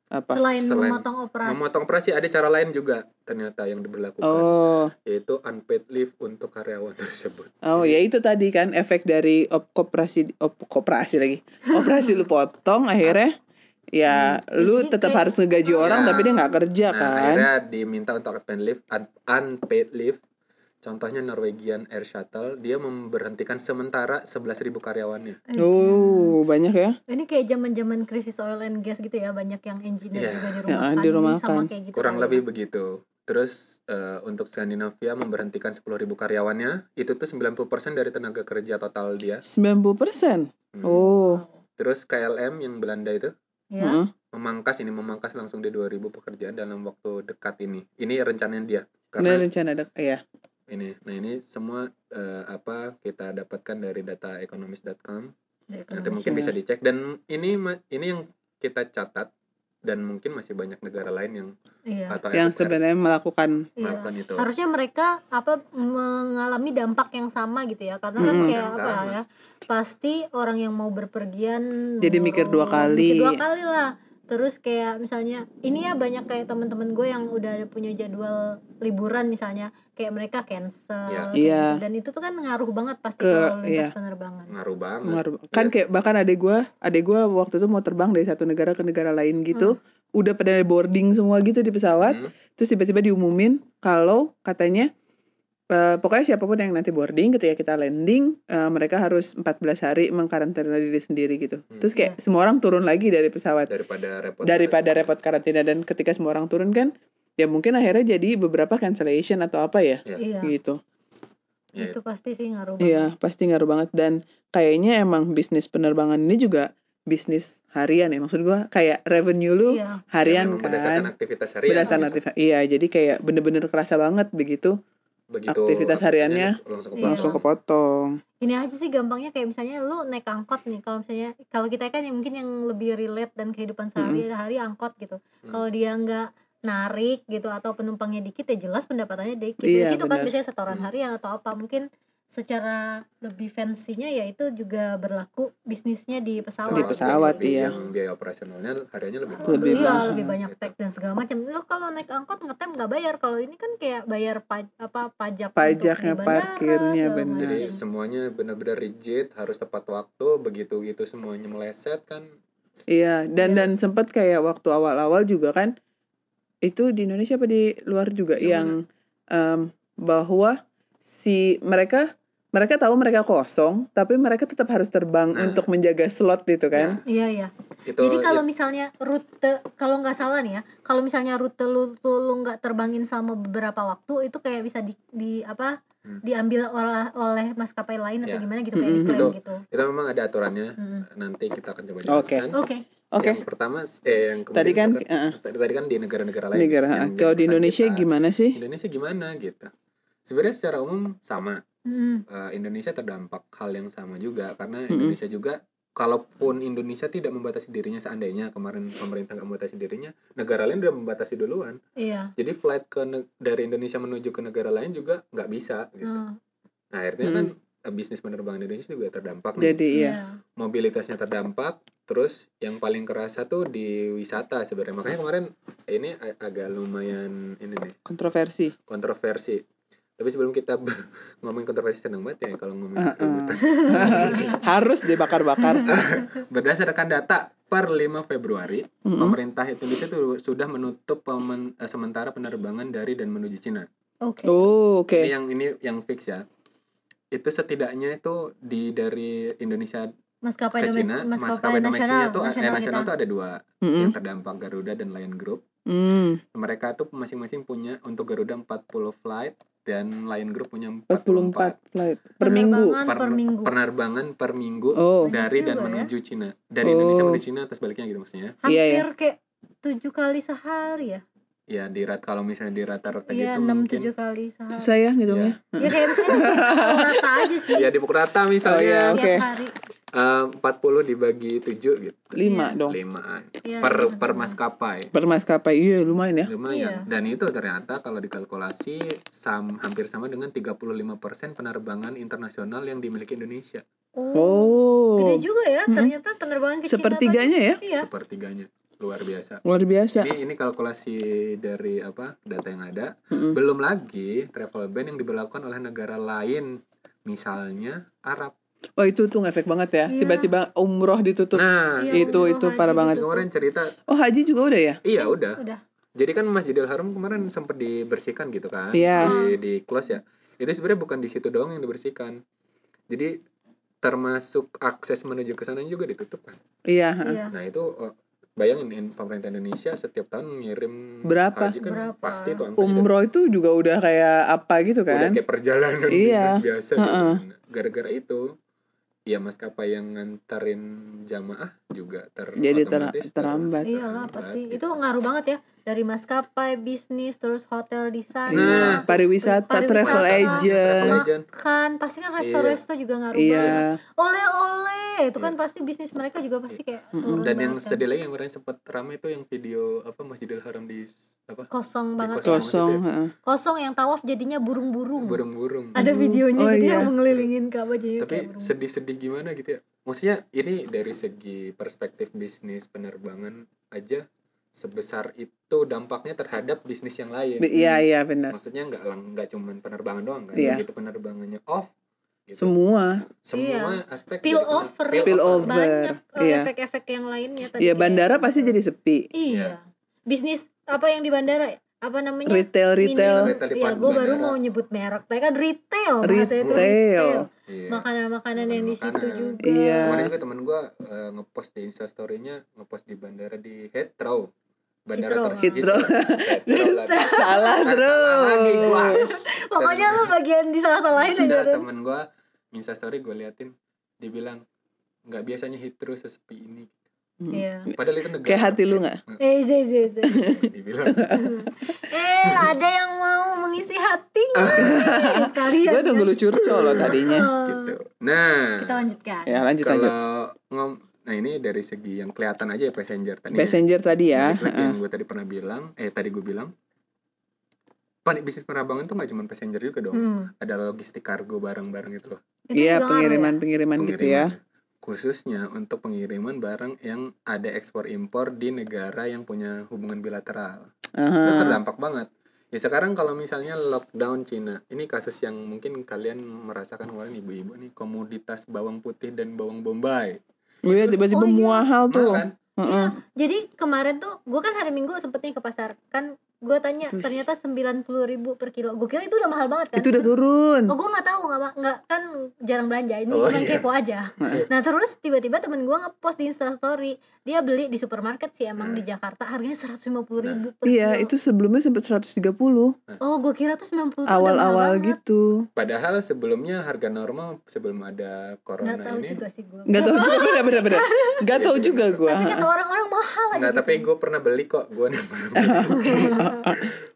Speaker 2: apa?
Speaker 1: Selain,
Speaker 3: Selain
Speaker 1: memotong operasi.
Speaker 3: memotong operasi ada cara lain juga ternyata yang diberlakukan
Speaker 2: Oh,
Speaker 3: yaitu unpaid leave untuk karyawan tersebut.
Speaker 2: oh ya itu tadi kan efek dari op koperasi op koperasi lagi. Operasi lu potong akhirnya ya
Speaker 1: Hmm.
Speaker 2: lu
Speaker 1: Jadi kayak-
Speaker 2: tetap
Speaker 1: gitu.
Speaker 2: harus ngegaji orang
Speaker 3: Ya.
Speaker 2: tapi dia nggak kerja
Speaker 3: nah,
Speaker 2: kan.
Speaker 3: akhirnya diminta untuk unpaid leave, un- unpaid leave. Contohnya Norwegian Air Shuttle, dia memberhentikan sementara 11.000 karyawannya.
Speaker 1: Aja.
Speaker 2: Oh, banyak ya.
Speaker 1: Eh, Ini kayak zaman-zaman krisis oil and gas gitu ya, banyak yang engineer
Speaker 3: Iya.
Speaker 1: juga
Speaker 2: Ya,
Speaker 1: dirumahkan. Ini sama
Speaker 2: dirumahkan.
Speaker 1: kayak gitu.
Speaker 3: Kurang
Speaker 1: kali
Speaker 3: lebih
Speaker 2: Iya.
Speaker 1: ya.
Speaker 3: begitu. Terus eh, untuk Skandinavia memberhentikan 10.000 karyawannya, itu tuh 90% dari tenaga kerja total dia.
Speaker 2: 90%.
Speaker 3: Hmm.
Speaker 2: Oh. Hmm.
Speaker 3: Terus KLM yang Belanda itu
Speaker 1: Ya.
Speaker 2: heeh.
Speaker 3: memangkas ini memangkas langsung di 2.000 pekerjaan dalam waktu dekat ini. Ini rencananya dia.
Speaker 2: Ini
Speaker 3: Karena
Speaker 2: rencana ada ya.
Speaker 3: ini, nah ini semua eh, apa kita dapatkan dari data economist.com.
Speaker 1: Dari
Speaker 3: nanti
Speaker 2: Oh,
Speaker 1: ekonomi.
Speaker 3: mungkin bisa dicek dan ini ma- ini yang kita catat dan mungkin masih banyak negara lain yang
Speaker 1: Iya.
Speaker 3: atau
Speaker 2: Ya, yang
Speaker 3: FFR
Speaker 2: sebenarnya melakukan
Speaker 1: Iya.
Speaker 3: melakukan
Speaker 2: Gitu.
Speaker 3: itu
Speaker 1: harusnya mereka apa mengalami dampak yang sama gitu ya karena kan
Speaker 2: Mm-mm.
Speaker 1: kayak
Speaker 3: Yang
Speaker 1: apa
Speaker 3: sama.
Speaker 1: ya pasti orang yang mau berpergian
Speaker 2: Jadi mikir dua
Speaker 1: mau-
Speaker 2: kali.
Speaker 1: mikir dua kali lah terus kayak misalnya ini ya banyak kayak teman-teman gue yang udah ada punya jadwal liburan misalnya kayak mereka cancel kayak
Speaker 3: Iya.
Speaker 2: Iya.
Speaker 1: gitu. dan itu tuh kan ngaruh banget pasti
Speaker 2: Ke-
Speaker 1: kalau lintas
Speaker 2: iya.
Speaker 1: penerbangan
Speaker 3: ngaruh banget
Speaker 2: mengaruh. Kan
Speaker 3: Yes.
Speaker 2: kayak bahkan adek gua, adek gua waktu itu mau terbang dari satu negara ke negara lain gitu, udah pada boarding semua gitu di pesawat,
Speaker 3: Hmm,
Speaker 2: terus tiba-tiba diumumin kalau katanya eh, pokoknya siapapun yang nanti boarding ketika kita landing eh, mereka harus 14 hari mengkarantina diri sendiri gitu.
Speaker 3: Hmm.
Speaker 2: Terus kayak semua orang turun lagi dari pesawat.
Speaker 3: daripada repot
Speaker 2: daripada repot karantina dan ketika semua orang turun kan ya mungkin akhirnya jadi beberapa cancellation atau apa ya
Speaker 3: Iya.
Speaker 1: iya
Speaker 2: gitu
Speaker 3: Ya,
Speaker 1: itu pasti sih ngaruh banget
Speaker 2: iya pasti ngaruh banget dan kayaknya emang bisnis penerbangan ini juga bisnis harian ya maksud gua kayak revenue lu
Speaker 1: Iya.
Speaker 3: ya,
Speaker 2: harian
Speaker 3: memang berdasarkan
Speaker 2: kan
Speaker 3: aktivitas harian
Speaker 2: berdasarkan
Speaker 3: gitu.
Speaker 2: aktif iya jadi kayak bener-bener kerasa banget begitu
Speaker 3: Begitu
Speaker 2: aktivitas hariannya,
Speaker 3: langsung
Speaker 1: Iya.
Speaker 2: langsung
Speaker 3: ke
Speaker 2: kepotong
Speaker 1: Gini aja sih gampangnya kayak misalnya lu naik angkot nih kalau misalnya kalau kita kan yang mungkin yang lebih relate dan kehidupan sehari-hari angkot gitu.
Speaker 3: Hmm.
Speaker 1: Kalau dia nggak narik gitu atau penumpangnya dikit ya jelas pendapatannya dikit
Speaker 2: Iya,
Speaker 1: di situ kan
Speaker 2: benar.
Speaker 1: biasanya setoran
Speaker 3: Hmm.
Speaker 1: harian atau apa mungkin secara lebih fancy-nya yaitu juga berlaku bisnisnya di pesawat
Speaker 2: Di pesawat,
Speaker 1: gitu.
Speaker 2: iya.
Speaker 3: yang biaya operasionalnya hariannya lebih mahal. Gitu.
Speaker 2: Lebih
Speaker 1: iya
Speaker 2: mahal.
Speaker 1: lebih banyak tag dan segala macam lo kalau naik angkot ngetem nggak bayar kalau ini kan kayak bayar pa- apa pajak untuk
Speaker 2: Pajaknya,
Speaker 1: di bandara,
Speaker 2: parkirnya,
Speaker 1: segala
Speaker 2: benar.
Speaker 3: Jadi
Speaker 1: macam.
Speaker 3: semuanya benar-benar rigid, harus tepat waktu. Begitu itu semuanya meleset kan.
Speaker 2: Iya, dan
Speaker 1: Iya.
Speaker 2: dan sempat kayak waktu awal-awal juga kan itu di Indonesia apa di luar juga
Speaker 3: Yang
Speaker 2: yang em, bahwa si mereka mereka tahu mereka kosong, tapi mereka tetap harus terbang
Speaker 3: Nah.
Speaker 2: untuk menjaga slot gitu kan.
Speaker 1: iya iya
Speaker 3: Itu
Speaker 1: Jadi kalau misalnya rute kalau nggak salah nih ya, kalau misalnya rute lu tuh lu nggak terbangin sama beberapa waktu itu kayak bisa di, di apa
Speaker 3: Hmm.
Speaker 1: diambil oleh oleh maskapai lain atau
Speaker 3: Ya.
Speaker 1: gimana gitu kayak
Speaker 2: Mm-mm.
Speaker 1: diklaim
Speaker 3: Betul.
Speaker 1: gitu.
Speaker 3: itu memang ada aturannya.
Speaker 1: Mm-mm.
Speaker 3: Nanti kita akan coba
Speaker 2: Oke.
Speaker 3: jelaskan.
Speaker 1: Oke,
Speaker 2: Oke.
Speaker 3: Nah, Yang pertama eh yang kemudian
Speaker 2: Tadi kan
Speaker 3: kita-
Speaker 2: eh,
Speaker 3: tadi, tadi kan di negara-negara lain.
Speaker 2: negara
Speaker 3: Yang
Speaker 2: kalau di
Speaker 3: menjadi
Speaker 2: Indonesia
Speaker 3: kita,
Speaker 2: gimana sih?
Speaker 3: Indonesia gimana gitu. Sebenarnya secara umum sama.
Speaker 1: Mm-mm.
Speaker 3: Eh, Indonesia terdampak hal yang sama juga karena
Speaker 2: Mm-mm.
Speaker 3: Indonesia juga kalaupun Indonesia tidak membatasi dirinya seandainya kemarin pemerintah nggak membatasi dirinya, negara lain udah membatasi duluan.
Speaker 1: iya.
Speaker 3: Jadi flight ke ne- dari Indonesia menuju ke negara lain juga nggak bisa gitu.
Speaker 1: Mm,
Speaker 3: Nah, akhirnya
Speaker 2: Mm-mm.
Speaker 3: kan eh, bisnis penerbangan Indonesia juga terdampak nih.
Speaker 2: Mm. Jadi
Speaker 1: iya.
Speaker 2: ya.
Speaker 3: Mobilitasnya terdampak, terus yang paling kerasa tuh di wisata sebenarnya. Makanya kemarin ini a- agak lumayan ini nih
Speaker 2: kontroversi.
Speaker 3: kontroversi. Tapi sebelum kita ngomongin kontroversi seneng banget ya kalau ngomongin
Speaker 2: Eh, eh.
Speaker 3: keributan.
Speaker 2: harus dibakar-bakar.
Speaker 3: Berdasarkan data per 5 Februari,
Speaker 2: Mm-mm.
Speaker 3: pemerintah Indonesia itu sudah menutup pemen- eh, sementara penerbangan dari dan menuju Cina.
Speaker 1: Oke.
Speaker 2: Oh, oke.
Speaker 3: Ini yang ini yang fix ya. Itu setidaknya itu di dari Indonesia
Speaker 1: Maskapai
Speaker 3: ke
Speaker 1: domes-
Speaker 3: Cina,
Speaker 1: maskapai nasional,
Speaker 3: tuh eh,
Speaker 1: nasional
Speaker 3: nasional
Speaker 1: kita.
Speaker 3: tuh ada dua
Speaker 2: Mm-mm.
Speaker 3: yang terdampak Garuda dan Lion Group.
Speaker 2: Mm.
Speaker 3: Mereka tuh masing-masing punya untuk Garuda 40 flight dan Lion Group punya 44,
Speaker 2: 44 flight per minggu.
Speaker 1: Penerbangan per minggu.
Speaker 3: penerbangan per minggu
Speaker 2: Oh,
Speaker 1: Banyak
Speaker 3: dari dan
Speaker 1: juga ya.
Speaker 3: menuju Cina. Dari
Speaker 2: Oh.
Speaker 3: Indonesia menuju Cina atas baliknya gitu maksudnya.
Speaker 1: Hampir
Speaker 2: Iya, iya.
Speaker 1: kayak tujuh kali sehari ya.
Speaker 3: ya di rat kalau misalnya di rata-rata
Speaker 1: Iya,
Speaker 3: gitu
Speaker 1: enam
Speaker 3: mungkin
Speaker 1: tujuh kali sehari.
Speaker 2: susah ya ngitungnya.
Speaker 1: Ya kayak misalnya kalau rata aja sih.
Speaker 3: ya di pukul rata misalnya
Speaker 1: tiap
Speaker 2: Oh, iya. oke.
Speaker 1: hari.
Speaker 3: Eh, 40 dibagi 7 gitu
Speaker 2: lima
Speaker 1: Iya.
Speaker 2: dong
Speaker 3: limaan
Speaker 1: Iya,
Speaker 3: per
Speaker 1: iya,
Speaker 3: per
Speaker 1: iya.
Speaker 3: maskapai
Speaker 2: per maskapai iya lumayan ya
Speaker 1: Iya.
Speaker 3: lumayan dan itu ternyata kalau dikalkulasi sam, hampir sama dengan 35% penerbangan internasional yang dimiliki Indonesia
Speaker 2: oh
Speaker 1: Gede juga ya,
Speaker 2: Mm-mm.
Speaker 1: ternyata penerbangan ke Cina
Speaker 2: Sepertiganya
Speaker 1: tadi.
Speaker 2: ya?
Speaker 1: Iya.
Speaker 3: sepertiganya luar biasa
Speaker 2: luar biasa
Speaker 3: ini ini kalkulasi dari apa data yang ada
Speaker 2: Mm-mm.
Speaker 3: belum lagi travel ban yang diberlakukan oleh negara lain misalnya Arab
Speaker 2: oh itu tuh ngefek banget ya
Speaker 1: Iya.
Speaker 2: tiba-tiba umroh ditutup
Speaker 3: nah
Speaker 1: Iya,
Speaker 2: itu
Speaker 1: umroh,
Speaker 2: itu
Speaker 1: haji
Speaker 2: parah banget
Speaker 1: gitu.
Speaker 3: kemarin cerita
Speaker 2: oh haji juga udah ya
Speaker 3: iya udah
Speaker 1: Udah.
Speaker 3: Jadi kan Masjidil Haram kemarin sempat dibersihkan gitu kan,
Speaker 2: Iya.
Speaker 3: di, di close ya. Itu sebenarnya bukan di situ doang yang dibersihkan. Jadi termasuk akses menuju ke sana juga ditutup kan.
Speaker 2: iya ha.
Speaker 1: Iya.
Speaker 3: Nah itu oh, bayangin in- pemerintah Indonesia setiap tahun mengirim
Speaker 2: Berapa?
Speaker 3: haji kan
Speaker 1: Berapa?
Speaker 3: pasti itu angkanya
Speaker 2: umroh itu juga udah kayak apa gitu
Speaker 3: udah, udah
Speaker 2: kan
Speaker 3: kayak
Speaker 2: Iya.
Speaker 3: perjalanan dinas biasa gitu.
Speaker 2: Heeh.
Speaker 3: Nah, Gara-gara itu ya maskapai yang nganterin jamaah juga ter
Speaker 2: jadi ter-
Speaker 3: otomatis ter-
Speaker 2: terambat
Speaker 1: Iyalah
Speaker 3: Berat,
Speaker 1: pasti.
Speaker 3: gitu.
Speaker 1: Itu ngaruh banget ya dari maskapai, bisnis, terus hotel di
Speaker 2: Nah,
Speaker 1: sana.
Speaker 2: pariwisata,
Speaker 1: Pariwisata,
Speaker 2: travel agent,
Speaker 3: travel agent.
Speaker 1: Makan, pasti kan resto-resto juga ngaruh
Speaker 2: iya,
Speaker 1: banget. Oleh-oleh, itu
Speaker 3: Iya.
Speaker 1: kan pasti bisnis mereka juga pasti kayak
Speaker 2: Mm-mm.
Speaker 1: turun
Speaker 3: dan yang
Speaker 1: banget kan.
Speaker 3: sedih lagi yang kemarin sempat rame itu yang video apa Masjidil Haram di apa
Speaker 1: kosong
Speaker 3: di
Speaker 1: banget ya.
Speaker 3: kosong.
Speaker 2: kosong,
Speaker 3: gitu
Speaker 2: ha.
Speaker 1: Kosong yang tawaf jadinya
Speaker 2: Hmm.
Speaker 1: burung-burung.
Speaker 3: burung-burung
Speaker 1: Ada
Speaker 2: Burung.
Speaker 1: videonya
Speaker 2: Oh,
Speaker 1: jadi
Speaker 2: iya.
Speaker 1: yang mengelilingin Ka'bah jadi kayak
Speaker 3: tapi
Speaker 1: burung.
Speaker 3: sedih-sedih gimana gitu ya maksudnya ini dari segi perspektif bisnis penerbangan aja sebesar itu dampaknya terhadap bisnis yang lain
Speaker 2: Be- iya iya benar,
Speaker 3: maksudnya nggak lang nggak cuman penerbangan doang kan
Speaker 2: Iya.
Speaker 3: begitu penerbangannya off gitu,
Speaker 2: semua,
Speaker 3: semua aspek jadi kena-
Speaker 1: Spillover.
Speaker 2: Spillover.
Speaker 1: Banyak eh,
Speaker 2: Iya.
Speaker 1: efek-efek yang lainnya tadi.
Speaker 2: ya
Speaker 1: kayak-
Speaker 2: bandara pasti jadi sepi,
Speaker 1: Iya.
Speaker 3: Iya.
Speaker 1: Bisnis apa yang di bandara? Apa namanya?
Speaker 2: retail
Speaker 1: Minim-
Speaker 2: retail,
Speaker 3: Retail di
Speaker 1: Iya,
Speaker 3: pan-
Speaker 1: gue baru
Speaker 3: bandara.
Speaker 1: mau nyebut merek. Tapi kan retail, bahasa itu
Speaker 2: Retail.
Speaker 3: Iya.
Speaker 1: Makanan-makanan yang di situ
Speaker 3: Makanan-makanan.
Speaker 1: juga.
Speaker 2: Iya.
Speaker 3: kemarin juga temen gue ngepost di instastorynya ngepost di bandara di
Speaker 1: Heathrow.
Speaker 3: Heathrow bandara
Speaker 2: Heathrow.
Speaker 3: tersegitu Heathrow lagi.
Speaker 2: salah
Speaker 3: Kan
Speaker 2: terus,
Speaker 3: salah lagi gua.
Speaker 1: Pokoknya lu bagian disalah-salahin aja.
Speaker 3: Ada
Speaker 1: Ren.
Speaker 3: temen gue instastory gue liatin dibilang nggak biasanya Heathrow sesepi ini
Speaker 2: Hmm.
Speaker 1: Iya.
Speaker 3: padahal itu negara kan?
Speaker 2: Kayak hati lu nggak?
Speaker 1: Eh, ze, ze, ze.
Speaker 3: dibilang
Speaker 1: Eh, ada yang mau mengisi hatinya. Sekalian.
Speaker 2: Gue udah
Speaker 1: kan?
Speaker 2: lucu loh tadinya.
Speaker 1: Oh,
Speaker 3: gitu nah
Speaker 1: Kita lanjutkan.
Speaker 2: Ya lanjut lanjut.
Speaker 3: kalau ngom Nah ini dari segi yang kelihatan aja ya passenger tadi.
Speaker 2: Passenger tadi ya.
Speaker 3: Balik lagi yang gue tadi pernah bilang, eh tadi gue bilang, pan bisnis penerbangan tuh nggak cuma passenger juga dong,
Speaker 1: Hmm.
Speaker 3: ada logistik kargo barang-barang itu loh.
Speaker 1: Itu
Speaker 2: Iya,
Speaker 1: juga ngaruh ya?
Speaker 2: pengiriman-pengiriman gitu ya.
Speaker 3: pengirimannya. Khususnya untuk pengiriman barang yang ada ekspor impor di negara yang punya hubungan bilateral. Itu
Speaker 2: Aha.
Speaker 3: terdampak banget. Ya sekarang kalau misalnya lockdown Cina, ini kasus yang mungkin kalian merasakan kemarin ibu-ibu nih komoditas bawang putih dan bawang bombay.
Speaker 2: Iya, tiba-tiba
Speaker 1: Oh, iya.
Speaker 2: muahal tuh.
Speaker 3: Mahal kan?
Speaker 2: Heeh.
Speaker 1: Iya, jadi kemarin tuh gue kan hari Minggu sempetnya ke pasar. Kan gue tanya,
Speaker 2: Wih.
Speaker 1: ternyata 90.000 per kilo. Gue kira itu udah mahal banget kan.
Speaker 2: Itu udah turun.
Speaker 1: Oh, gue nggak tahu nggak Pak. nggak kan jarang belanja. Ini
Speaker 3: Oh,
Speaker 1: cuma
Speaker 3: iya.
Speaker 1: kepo aja.
Speaker 2: Heeh.
Speaker 1: Nah, terus tiba-tiba temen gue ngepost di Instastory, dia beli di supermarket sih emang
Speaker 3: Nah.
Speaker 1: di Jakarta harganya 150.000 per
Speaker 2: Iya,
Speaker 1: kilo.
Speaker 2: itu sebelumnya sempat 130
Speaker 1: Oh, gue kira tuh 90 tuh udah mahal
Speaker 2: awal-awal
Speaker 1: banget.
Speaker 2: gitu.
Speaker 3: Padahal sebelumnya harga normal sebelum ada
Speaker 1: Nggak
Speaker 3: corona
Speaker 1: tahu
Speaker 3: Nah, ini.
Speaker 1: juga sih gue.
Speaker 2: Gak tahu juga bener-bener. Gak
Speaker 3: Iya,
Speaker 2: tahu juga gua.
Speaker 1: Tapi kan kata orang-orang mahal aja.
Speaker 3: Nggak,
Speaker 1: gitu.
Speaker 3: tapi gue pernah beli kok. Gue pernah beli.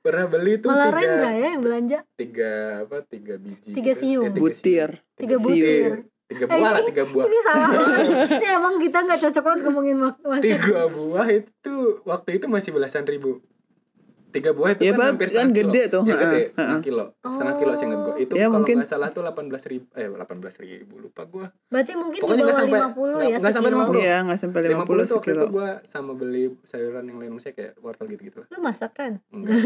Speaker 3: pernah beli tuh
Speaker 1: Malah
Speaker 3: tiga,
Speaker 1: Rendra ya yang belanja.
Speaker 3: tiga apa tiga biji.
Speaker 1: Tiga
Speaker 3: gitu.
Speaker 1: siung.
Speaker 3: Eh, tiga iya,
Speaker 2: Butir.
Speaker 1: Tiga
Speaker 3: siung.
Speaker 1: butir.
Speaker 3: Tiga buah lah,
Speaker 1: Ini-
Speaker 3: tiga buah.
Speaker 1: Ini salah banget. Ini emang kita nggak cocok banget ngomongin mak- masak.
Speaker 3: Tiga buah itu waktu itu masih belasan ribu. Tiga buah itu
Speaker 2: Ya,
Speaker 3: kan
Speaker 2: padahal
Speaker 3: hampir
Speaker 2: kan
Speaker 3: setengah
Speaker 2: gede
Speaker 3: kilo.
Speaker 2: tuh,
Speaker 3: Ya, gede,
Speaker 2: ha-ha,
Speaker 3: setengah
Speaker 2: ha-ha.
Speaker 3: kilo. Setengah kilo sih ingat gue. Itu
Speaker 2: Ya,
Speaker 3: kalau
Speaker 2: mungkin.
Speaker 3: nggak salah tuh 18 ribu. Eh, 18 ribu. Lupa gue.
Speaker 1: Berarti mungkin
Speaker 3: Pokoknya
Speaker 1: di
Speaker 3: nggak
Speaker 1: bawah
Speaker 3: sampai-
Speaker 1: 50 ya
Speaker 3: nggak- nggak sampai
Speaker 1: sekilo.
Speaker 3: 50.
Speaker 2: Iya, nggak sampai
Speaker 3: 50,
Speaker 2: 50
Speaker 3: tuh waktu itu
Speaker 2: sekilo.
Speaker 3: gue sama beli sayuran yang lain. Maksudnya kayak wortel gitu-gitu lah.
Speaker 1: Lu masak kan?
Speaker 3: Enggak.